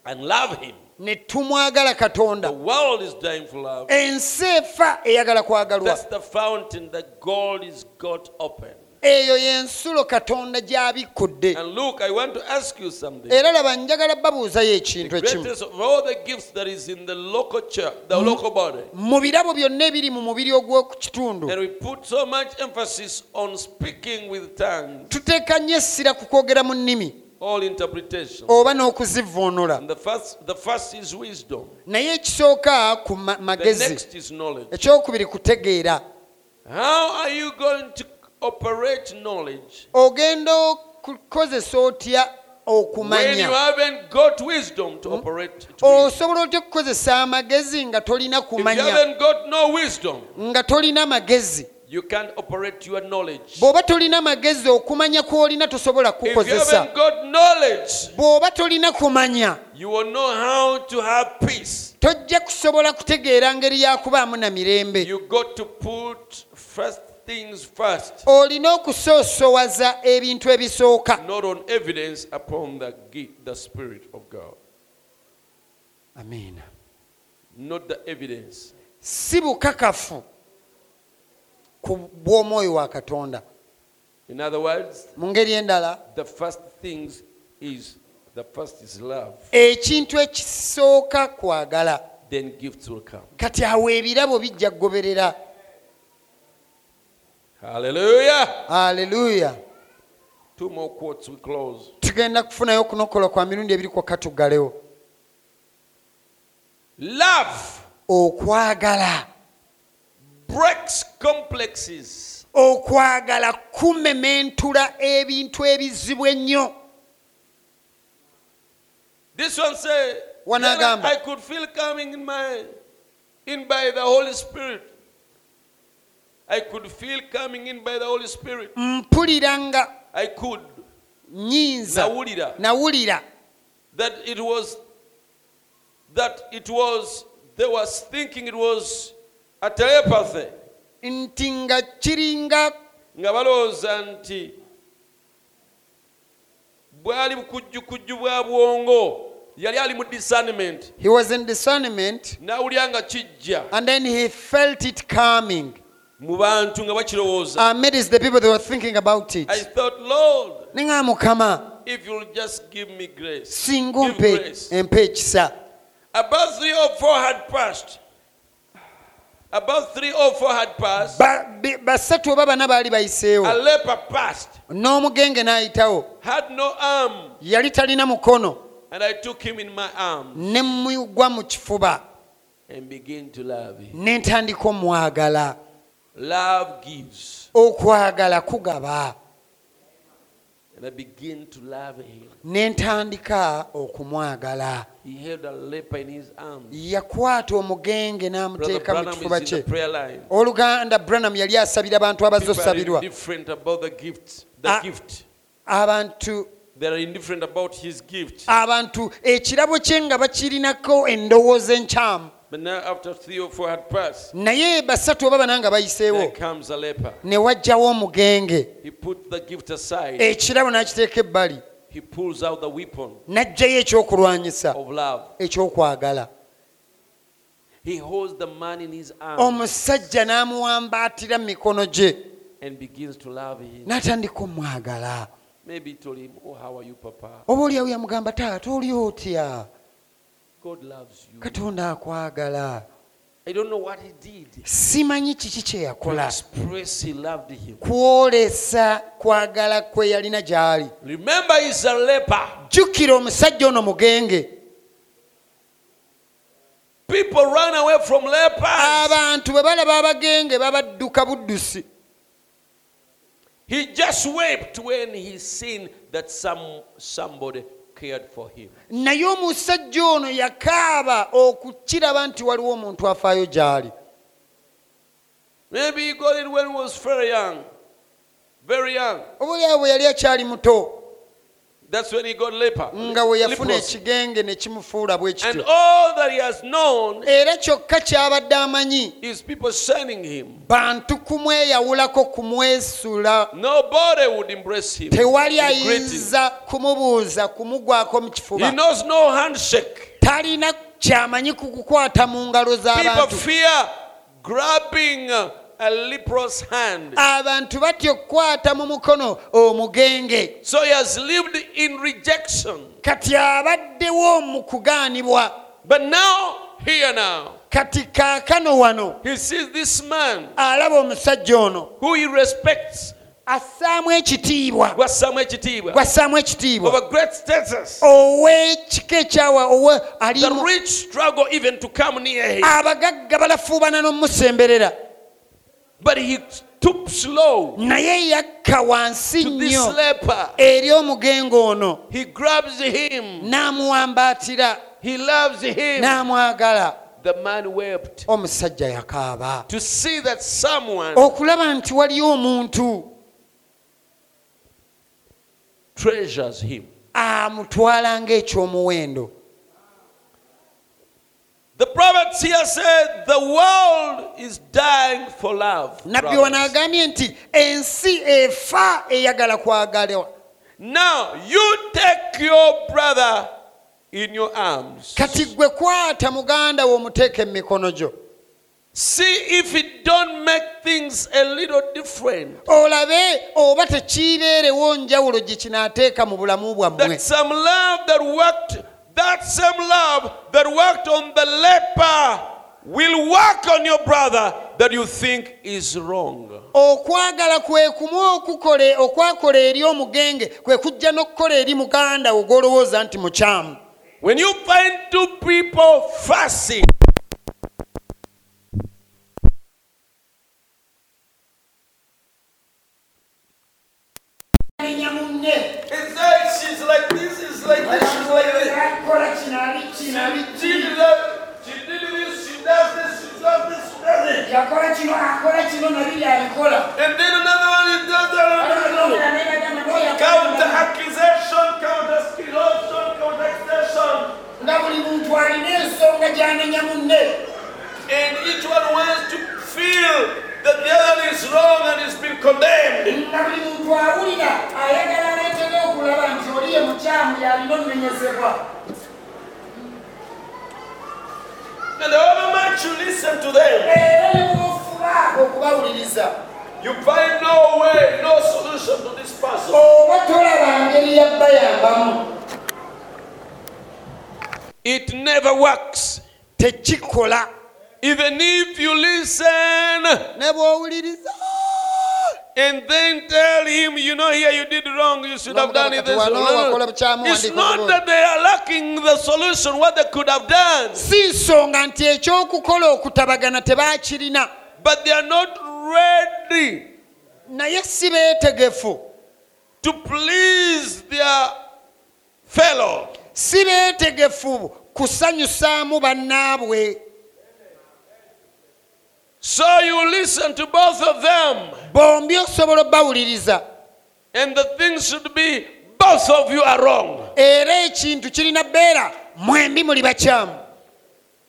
and love him
ne tumwagala
the
katonda
world is dying for love
ensi efa eyagala kwagalwa
that's the fountain that god is got open
eyo y'ensulo katonda gy'abikkudde
and look i want to ask you something
era laba njagala babuuzayo ekintu
the
ekimu
greatest of all the gifts that is in the local church the local body
mu birabo byonna ebiri mu mubiri ogw'okukitundu
and we put so much emphasis on speaking with tongues
tuteeka nnyo essira ku kwogera mu nnimi
all interpretation
oba n'okuzivvuunula
And the first, the first is wisdom.
naye ekisooka ku ma-
The
magezi
next is knowledge.
ekyokubiri kutegeera
How are you going to operate knowledge
ogenda okukozesa otya
when you
okumanya
haven't got wisdom to operate? It with?
osobola otya okukozesa amagezi nga tolina
If you
kumanya
haven't got no wisdom,
nga tolina magezi
you can't operate your knowledge.
bw'oba tolina magezi okumanya kw'olina tosobola
If you
kukozesa
haven't got knowledge,
bw'oba tolina kumanya
you will know how to have peace.
tojja kusobola kutegeera ngeri yakubaamu na mirembe
You got to put first things first,
olina okusoosowaza ebintu ebisooka
not on evidence upon the gift, the Spirit of God.
amiina
not the evidence.
si bukakafu ku bw'omwoyo wa katonda
In other words,
mu ngeri endala
the first things is the first is love,
ekintu ekisooka kwagala
then gifts will come.
kati awo ebirabo bijja kugoberera
Hallelujah.
aleluya
Two more quotes we close.
tugenda kufunayo okunokola kwa mirundi ebiri kwokka tuggalewo
Love
okwagala
breaks complexes.
okwagala kumementula ebintu ebizibu ennyo
This one say,
Wanagamba.
I could feel coming in my in by the Holy Spirit. I could feel coming in by the Holy Spirit.
mpulira nga
I could.
nyinza
Nawulira.
nawulira
That it was that it was they was thinking it was a telepathy.
nti nga kiringa
nga balowooza nti bwali bukujjukujju bwa bwongo yali ali mu discernment
he was in discernment
n'awulira nga kijja
and then he felt it coming
mu bantu nga bakirowooza
i amidst the people that were thinking about it
i thought lord
nenga mukama
if you'll just give me grace
singa
give
ompe
grace
empe ekisa
about three or four had passed about three or four had passed
Ba- bi- basatu oba bana baali
a
bayiseewo
leper passed
n'omugenge n'ayitawo
had no arm
yali talina mukono
and i took him in my arm
ne mugwa mu kifuba
and began to love him
ne ntandika omwagala
love gives
okwagala kugaba
And I began to love him.
ne ntandika okumwagala
He held a leper in his arms.
yakwata omugenge
Brother
n'amuteeka mu
Branham
kifuba
is in
kye
the prayer line.
oluganda branam yali asabira abantu
People are
abazosabirwa
indifferent about the gift. The
Ah.
gift.
abantu
They are indifferent about his
Ah.
gift.
abantu ekirabo kye nga bakirinako endowooza enkyamu
But now, after three or four had passed,
naye basatu oba bana nga
there
bayiseewo
comes a leper.
ne wajjawo omugenge
He puts the gift aside.
ekirabo n'akiteeka ebbali
He pulls out the weapon
n'aggyayo ekyokulwanyisa
of love.
ekyokwagala
He holds the man in his arms
omusajja n'amuwambaatira mu mikono gye
and begins to love him.
n'atandika omwagala
Maybe he told him, Oh, how are you, Papa?
oba oliawo yamugamba taata oli otya
God loves you.
katonda akwagala
I don't know what he did.
simanyi kiki kye
To
yakola
express he loved him.
kwolesa kwagala kwe yalina gy'ali
Remember, he's a leper.
jjukira omusajja ono mugenge
People run away from lepers.
abantu bwe balaba abagenge babadduka buddusi
He just wept when he seen that some somebody cared for him.
naye omusajja ono yakaaba okukiraba nti waliwo omuntu afaayo gy'ali
Maybe he got it when he was very young. Very young.
obaolyawo bwe yali akyali muto
That's when he got leper.
nga we yafuna
Leprosy.
ekigenge ne kimufuula bwe
And
kityo
all that he has known
era kyokka ky'abadde amanyi
is people sending him.
bantu kumweyawulako kumwesula
Nobody would embrace him.
tewali
and greet him.
ayinza kumubuuza kumugwako mu
He
kifuba
knows no handshake.
talina kyamanyi ku kukwata mu ngalo
People
z'abantu
fear grabbing uh, a leprous hand.
abantu batya okukwata mu mukono omugenge
So he has lived in rejection.
kati abaddewo mu kugaanibwa
But now, here now,
kati kaakano wano
he sees this man
alaba omusajja ono
who he respects,
assaamu ekitiibwa
Gwasamu Ekitiibwa,
gwassaamu ekitiibwa
of a great status.
Oh, ow'ekika ekyawa owa
The
alimu
rich struggle even to come near him.
abagagga balafuubana n'omusemberera
But he stoops low
naye yakka wansi
to this
nnyo
leper.
eri omugengo ono
He grabs him.
n'amuwambaatira
He loves him.
n'amwagala
The man wept
omusajja yakaaba
to see that
Oh.
someone
okulaba nti waliyo omuntu
treasures him.
amutwala ng'ekyomuwendo
The prophets here said the world is dying for love.
nabbi
brothers.
wanaagambye nti ensi efa eyagala kwagalwa
Now you take your brother in your arms.
kati gwe kwata muganda we omuteeka mu mikono gyo
See if it don't make things a little different.
olabe oba tekiibeerewo njawulo gye kinaateeka mu bulamu bwammwe
That some love that worked, that same love that worked on the leper will work on your brother that you think is wrong.
okwagala kwe kumu okukole okwakola eri omugenge kwe kujja n'okukola eri muganda wo gw'olowooza nti mukyamu
When you find two people fussing,
alinnya munne
it's like she's like this, she's like this, she's like this.
yakola kino ali kino ali
She did that, she did this, she does this, she does this, she does it.
yakola kino akola kino nabiri abikola
And then another one, it does that, another one. Counter accusation, counter accusation, counter accusation.
nga buli muntu alina ensonga gy'anenya munne
And each one wants to feel that the other is wrong and is being condemned.
nga buli muntu awulira ayagala aleetera okulaba nti oli ye mukyamu yalina omunenyezebwa
And however much you listen to them,
era ne bwofuba okubawuliriza
you find no way, no solution to this person.
oba tolaba ngeri yabbayambamu
It never works.
tekikola
Even if you listen
ne bw'owuliriza
and then tell him, you know, here you did wrong, you should have done it this way. No, no. It's not that they are lacking the solution, what they could have done,
si nsonga nti ekyokukola okutabagana tebaakirina
but they are not ready
naye si beetegefu
to please their fellow.
si beetegefu kusanyusaamu bannaabwe
So you listen to both of them,
bombi osobola obbawuliriza
and the thing should be both of you are wrong.
era ekintu kirina bbeera mwembi muli bakyamu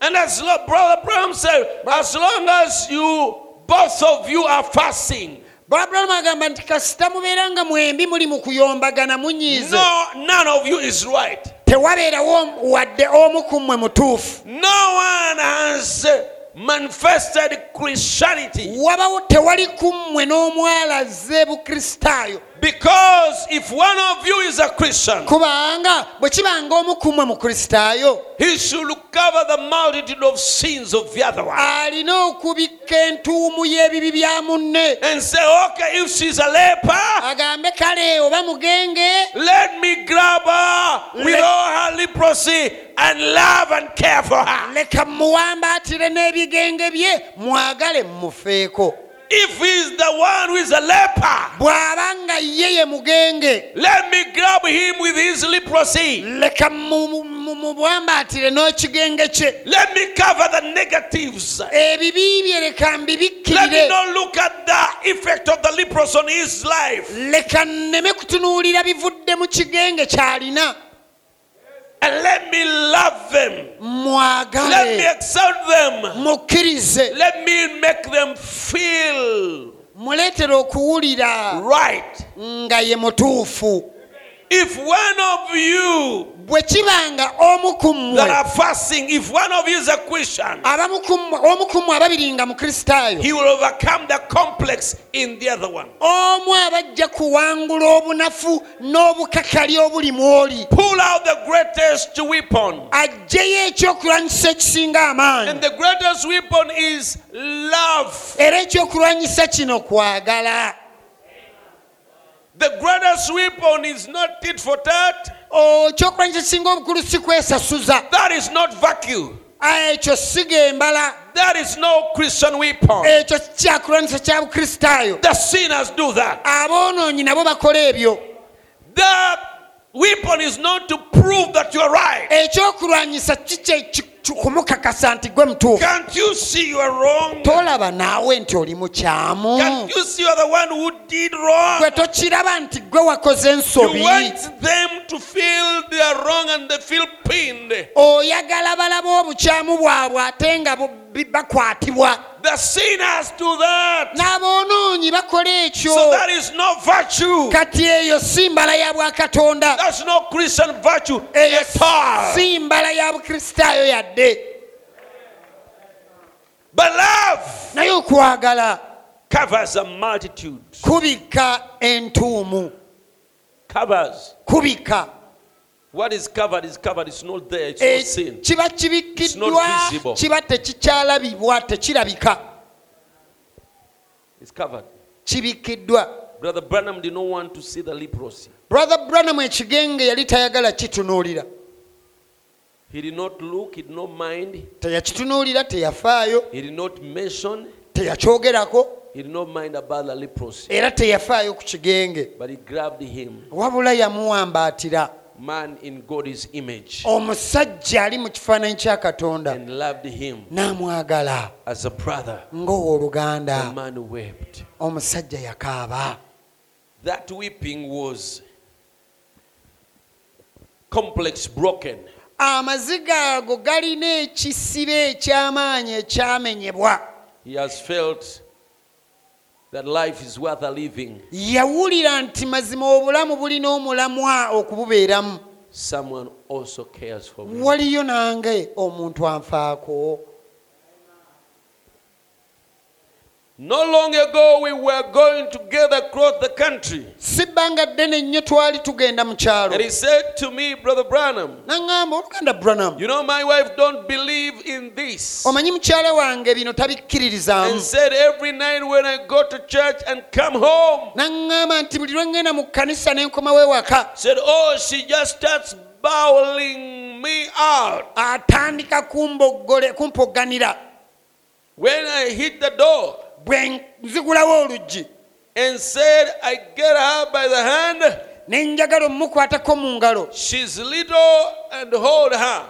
And as lo- Brother Bram said, as long as you both of you are fasting,
babulamu agamba nti kasita mubeera nga mwembi muli mu kuyombagana munyiize
no, none of you is right.
tewabeerawo omu- wadde omu ku mmwe mutuufu
No one has manifested Christianity
wabawo tewali ku mmwe n'omwalaze bukristaayo
because if one of you is a Christian,
kubanga bwe kibanga omu ku mmwe mukristaayo
he should cover the multitude of sins of the other one.
alina okubikka entuumu y'ebibi bya munne
and say, okay, if she's a leper,
agambe kale oba mugenge
let me grab her with
Let-
all her leprosy and love and care for her.
leka muwambaatire n'ebigenge bye mwagale mumufeeko
If he's the one who is a leper,
bw'aba nga ye ye mugenge
let me grab him with his leprosy.
leka mu- mu- mu- mubwambaatire n'ekigenge kye
Let me cover the negatives.
ebibi bye leka
Let me
mbibikkirire
not look at the effect of the leprosy on his life.
leka nneme kutunuulira bivudde mu kigenge ky'alina
And let me love them. Let me
mwagale
accept them.
mukkirize
Let me make them feel
muleetera okuwulira
right.
nga ye mutuufu
If one of you
bwe kibanga omu ku
that
mmwe
are fasting, if one of you is a Christian,
abamu ku mmwe- omu ku mmwe ababiri nga mukristaayo
he will overcome the complex in the other one.
omu abajja kuwangula obunafu n'obukakali obuli mu oli
Pull out the greatest weapon.
ajjeyo ekyokulwanyisa ekisinga
And
amaanyi
the greatest weapon is love.
era ekyokulwanyisa kino kwagala
The greatest weapon is not tit for tat.
O, Oh, ekyokulwanyisa ekisinga obukulu si kwesasuza
That is not vacuum.
Ah, ekyo siga embala
That is no Christian weapon.
ekyo si kyakulwanyisa kya bukristaayo
The sinners do that.
aboonoonyi nabo bakola ebyo
The weapon is not to prove that you are right.
ekyokulwanyisa kikye kumukakasa nti gwe mutuufu
Can't you see you are wrong?
tolaba naawe nti oli mukyamu
Can't you see you are the one who did wrong?
gwe tokiraba nti gwe wakoze ensobi
You want them to feel they are wrong and they feel pained.
oyagala balabe obukyamu bwabwe ate nga bo- bi- bakwatibwa
The sinners do that.
n'aboonoonyi bakola ekyo
So that is no virtue.
kati eyo si mbala ya bwakatonda
That's no Christian virtue
eyo
at all.
si mbala ya bukristaayo yadde
But love
naye okwagala
covers a multitude.
kubika entuumu
Covers.
kubika
What is covered is covered. It's not there. It's
E-
not seen.
kiba
It's not
kibikkiddwa
visible.
kiba tekikyalabibwa tekirabika
It's covered.
kibikkiddwa
Brother Branham did not want to see the leprosy.
brother branham ekigenge yali tayagala kitunuulira
He did not look. He did not mind.
teyakitunuulira teyafaayo
He did not mention.
teyakyogerako
He did not mind about the leprosy.
era teyafaayo ku kigenge
But he grabbed him.
wabula yamuwambaatira
Man in God's image.
omusajja ali mu kifaananyi kya katonda
And loved him
n'amwagala
as a brother. The
ng'owooluganda
man wept.
omusajja yakaaba
That weeping was complex broken.
amaziga ago galina ekisibe eky'amaanyi ekyamenyebwa
He has felt that life is worth a living.
yawulira nti mazima obulamu bulina omulamwa okububeeramu
Someone also cares for me.
waliyo nange omuntu anfaako
No long ago, we were going together across the country.
si bbanga ddene nnyo twali tugenda mu kyalo
And he said to me, Brother Branham,
naŋŋamba oluganda branam
you know, my wife don't believe in this.
omanyi mukyala wange bino
And
tabikkiririzaamu
said, every night when I go to church and come home,
naŋŋamba nti buli lwe ŋŋenda mu kkanisa n'enkomawo ewaka
said, oh, she just starts bowling me out.
atandika kumboggole- kumpogganira
When I hit the door,
bwe nzigulawo oluggi
and said, I get her by the hand.
ne njagala omumukwatako mu ngalo
She's little and hold her.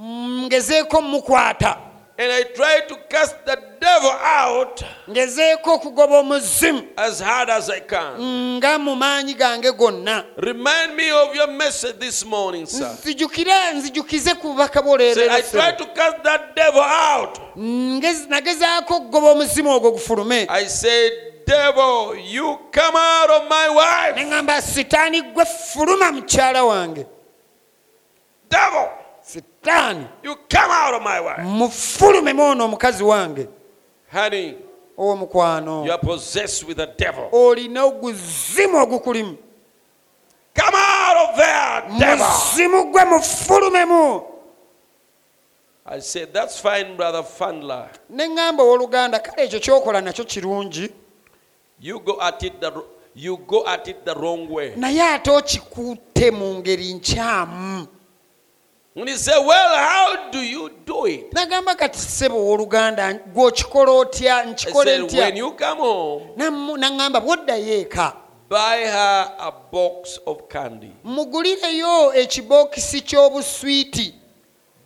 ngezeeko mumukwata
And I try to cast the devil out
ngezeeko okugoba omuzimu
as hard as I can.
nga mu maanyi gange gonna
Remind me of your message this morning,
Mm.
sir.
nzijukire nzijukize ku bubaka
Said, I try
bwoleero
to cast that devil out.
nagezaako okugoba omuzimu ogwo gufulume
I said, Devil, you come out of my
ne
wife.
ŋŋamba sitaani gwe fuluma mukyala wange
Devil,
sitaani
you come out of my wife.
mufulumemu ono omukazi wange
Honey, you
ow'omukwano
are possessed with a devil.
olina oguzimu ogukulimu
Come out of there, devil.
muzimu gwe mufulumemu
I said, That's fine, Brother Fandler.
ne ŋŋamba owooluganda kale ekyo kyokola nakyo kirungi
You go at it the you go at it the wrong way.
naye ate okikuute mu ngeri nkyamu
And he said, Well, how do you do it?
nagamba kati ssebo owooluganda gwe okikola otya
I
nkikole
said, When
ntya
you come home,
Nammu- naŋŋamba bwoddayo eka
buy her a box of candy.
mugulireyo ekibookisi ky'obuswiiti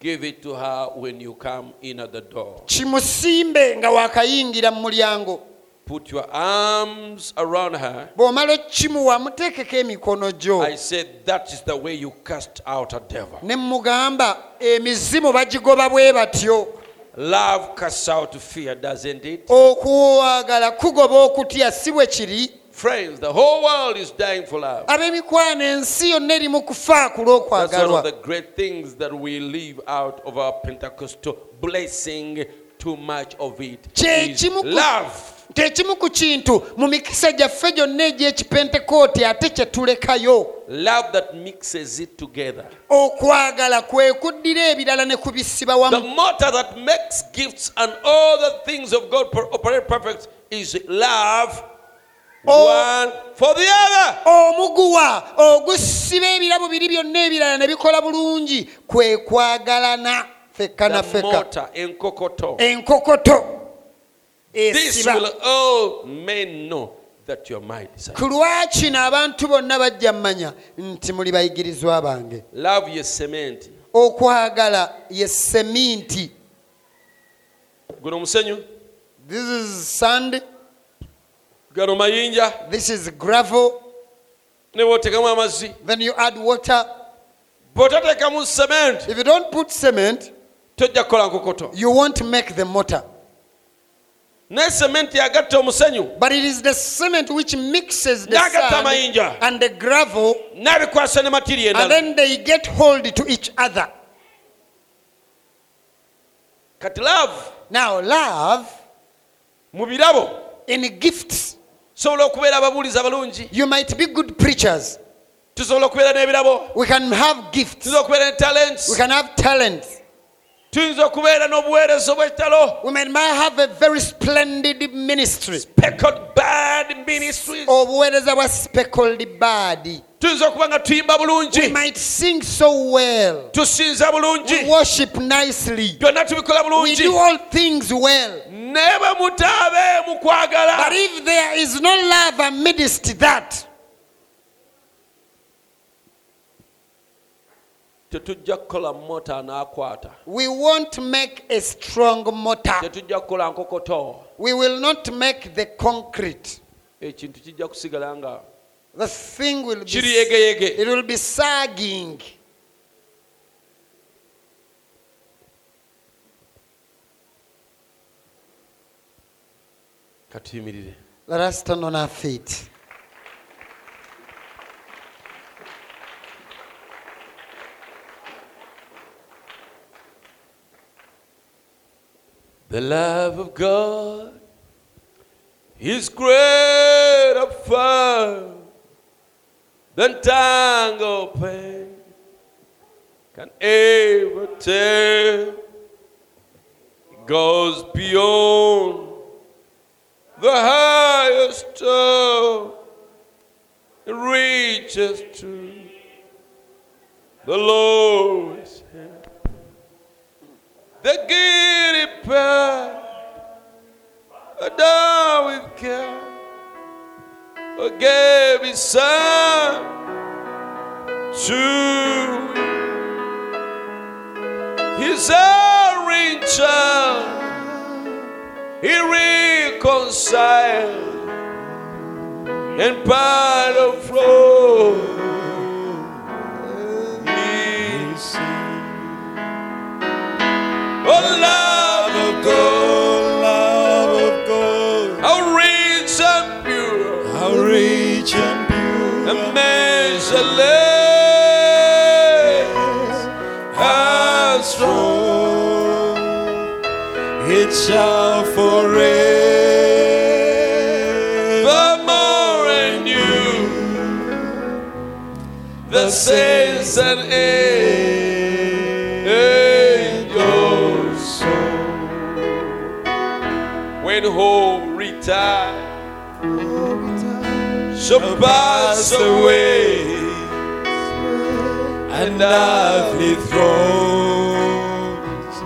Give it to her when you come in at the door.
kimusimbe nga waakayingira mu mulyango
Put your arms around her.
bw'omala okkimuwa muteekeko emikono gyo
I said, That is the way you cast out a devil.
ne mugamba emizimu bagigoba bwe batyo
Love casts out fear, doesn't it?
okwagala kugoba okutya si bwe kiri
Friends, the whole world is dying for love.
ab'emikwano ensi yonna eri mu kufa ku
That's one of the
lw'okwagalwa
great things that we leave out of our Pentecostal blessing. Too much of it
Kye
is
kimu ku-
love.
tekimu ku kintu mu mikisa gyaffe gyonna egy'ekipentekooti ate kye tulekayo
Love that mixes it together.
okwagala kwe kuddira ebirala ne kubisiba
The
wamu
motor that makes gifts and all the things of God per- operate perfect is love.
Oh.
One for the other.
omuguwa ogusiba ebirabo biri byonna ebirala ne bikola bulungi kwe kwagalana fekka na
The
fekka
motor and kokoto.
Eh, enkokoto
This
esiba
will all men know that you're my disciple.
ku lwakino abantu bonna bajja mmanya nti muli bayigirizwa bange
Love your cement.
okwagala ye seminti
Guno omusenyu,
this is sand
gano mayinja,
this is gravel
ne bw'otekamu amazzi.
then you add water
bw'otateekamu cement
if you don't put cement
tojja kukola nkokoto
you won't make the mortar
n'esementi agatta omusenyu
But it is the cement which mixes the
N'agatta
sand
amayinja.
and the gravel,
n'abikwasa ne matiri
and
endala
then they get hold to each other.
kati laavu
Now, love
mu birabo
in gifts,
tusobola okubeera ababuulizi abalungi
you might be good preachers.
tusobola okubeera n'ebirabo
We can have gifts,
tuyinza okubeera ne
we
talents
can have talents,
tuyinza okubeera n'obuweereza obwekitalo
we might have a very splendid ministry.
Speckled bad ministries
Oh. obuweereza bwa speckled bad
tuyinza okuba nga tuyimba
we
bulungi
might sing so well
tusinza
we
bulungi
worship nicely
byonna tubikola
we
bulungi
do all things well
ne bwe mutaabe mu
but
kwagala
if there is no love amidst that
tetujja kukola mota anaakwata
we won't make a strong mortar
tetujja kukola nkokoto
we will not make the concrete
ekintu kijja kusigala nga
the thing will be
kiri yegeyege
it will be sagging
katuyimirire
let us stand on our feet
The love of God is greater far than tongue or pen can ever tell. It goes beyond the highest tower, it reaches to the lowest hell. The guilty path down with care forgave his son to his erring child he reconciled and part of flow he Oh, love of God, love of God, how rich and pure, how rich and pure, immeasureless, how strong it shall forever more renew the saints and angels' soul. When hope retire shall pass away, and earthly thrones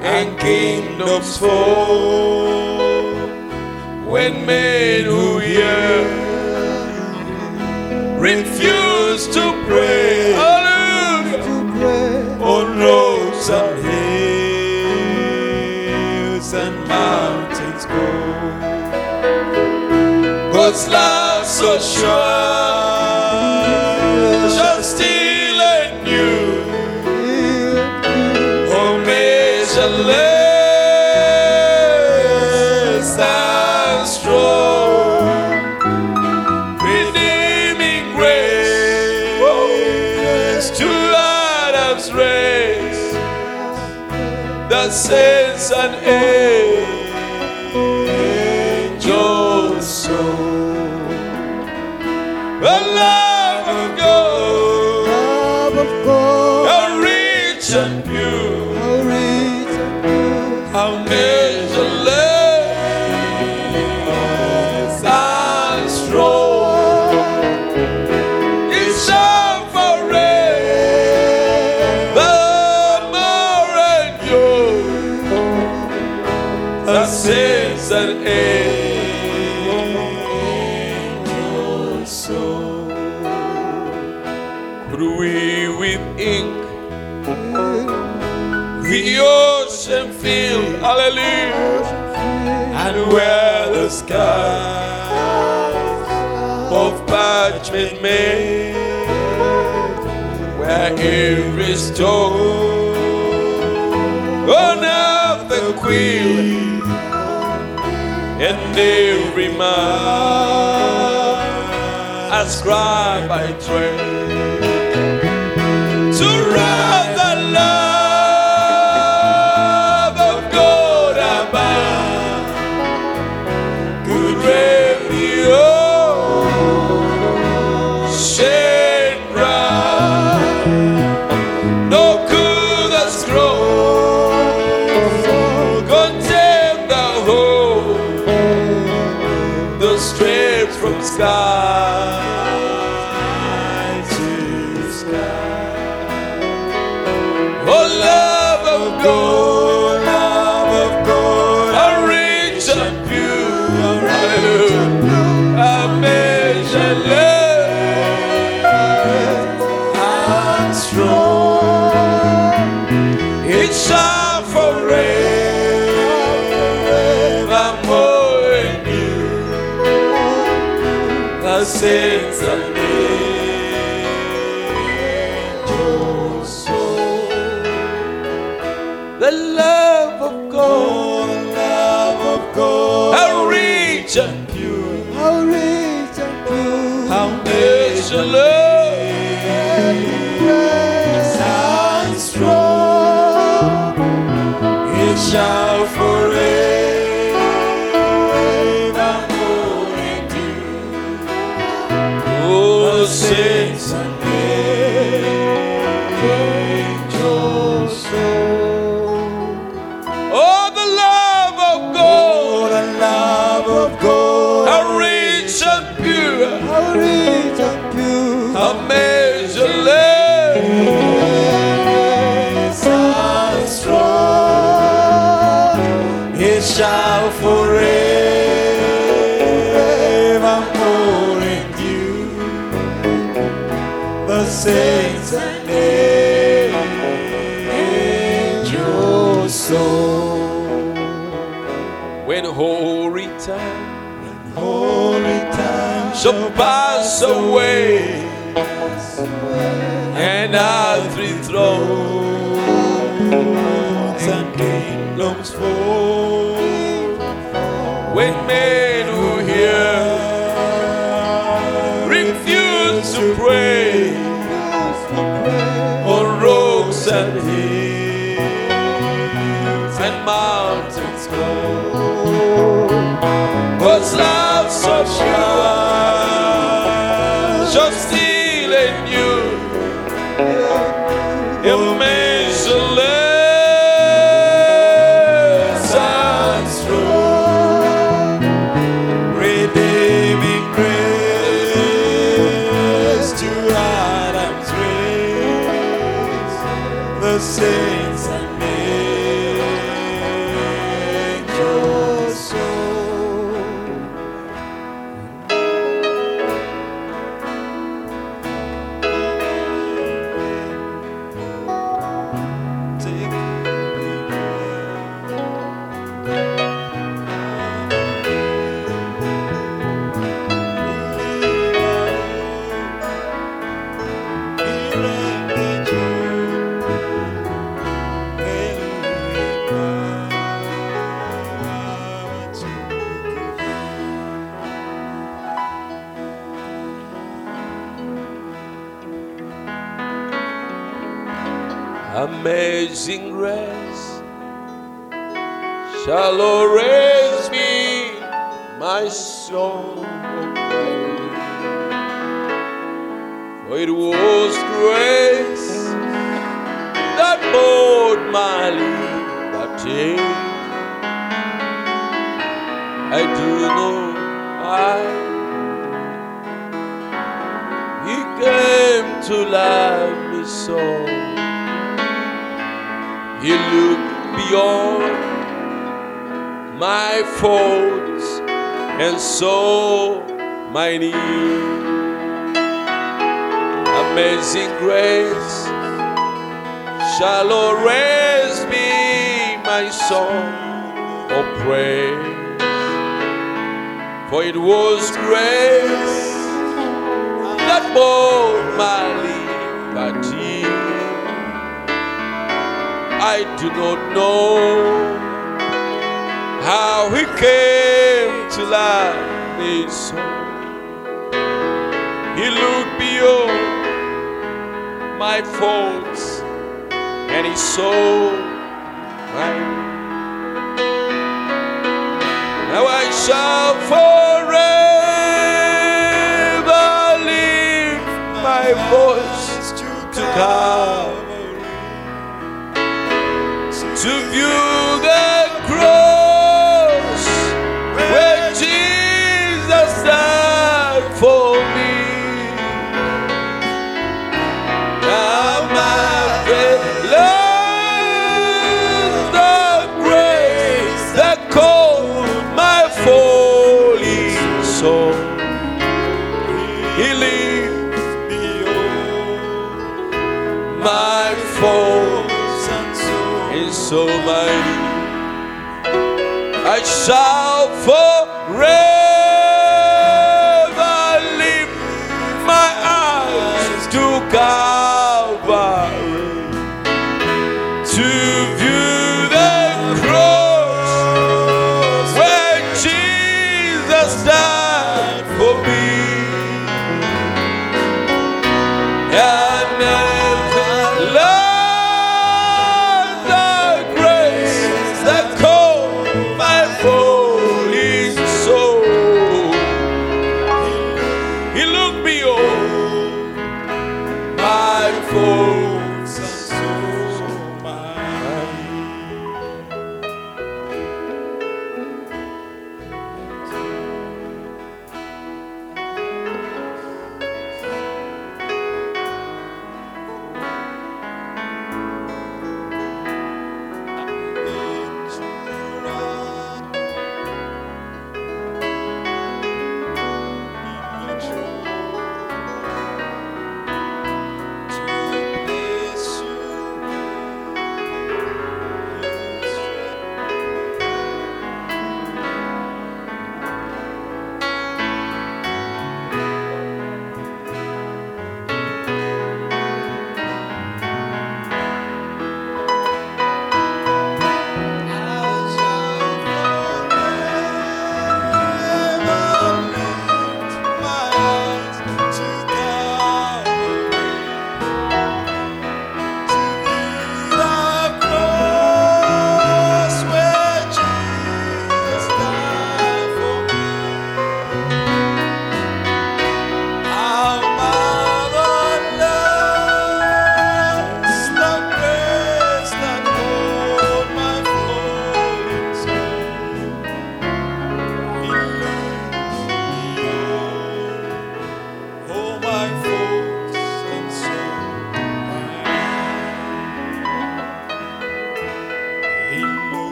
and kingdoms fall. When men who hear refuse to pray. Hallelujah. On roads and hills and mountains go. God's love so sure, shall still and new. Oh, measureless and strong redeeming grace to Adam's race, the saints and angels' soul. The love of God, how rich and pure, how measureless and strong. It's all for it. The more endure, the sins and angels' soul. Could we with ink the ocean field, hallelujah, and where the skies of parchment made, where every stone on earth the queen
and every man ascribe I train to rob the love of God above good radio shed bright no could the scroll contain the whole the strips from sky to sky. Oh, love of God, love of God, a rich and pure, a measureless and strong. It's a forevermore in you. The saints of angels soul. The love of God, love of God, how rich and pure, how rich and pure, how measureless and strong it shall forevermore endure. Oh, saints and angels, soul. Oh, the love of God, the love of God, how rich and pure, how rich and pure, how measureless and strong, it shall forevermore endure. The saints and angels soul. When holy time, holy time shall pass away, and our three thrones and kingdoms fall. When men who hear refuse to pray, on rocks and hills and mountains cold. But love so sure shall still endure. Immeasureless and strong, redeeming grace to Adam's race, the saints and angels soul. Take Amazing grace shall always be my song. of praise. For it was grace that bought my liberty. I do know I He came to love me so. He looked beyond my faults and saw my need. Amazing grace shall always be my song of praise. For it was grace that bought my liberty. I do not know how he came
la nação. He looked beyond my faults and he saw mine. Now I shall forever lift my voice to Calvary to view the cross where Jesus died for me. Now my faith learns the grace that called my falling soul. He lives beyond my faults is so mighty. I shall forever lift my eyes to Calvary to view the cross where Jesus died for me. And I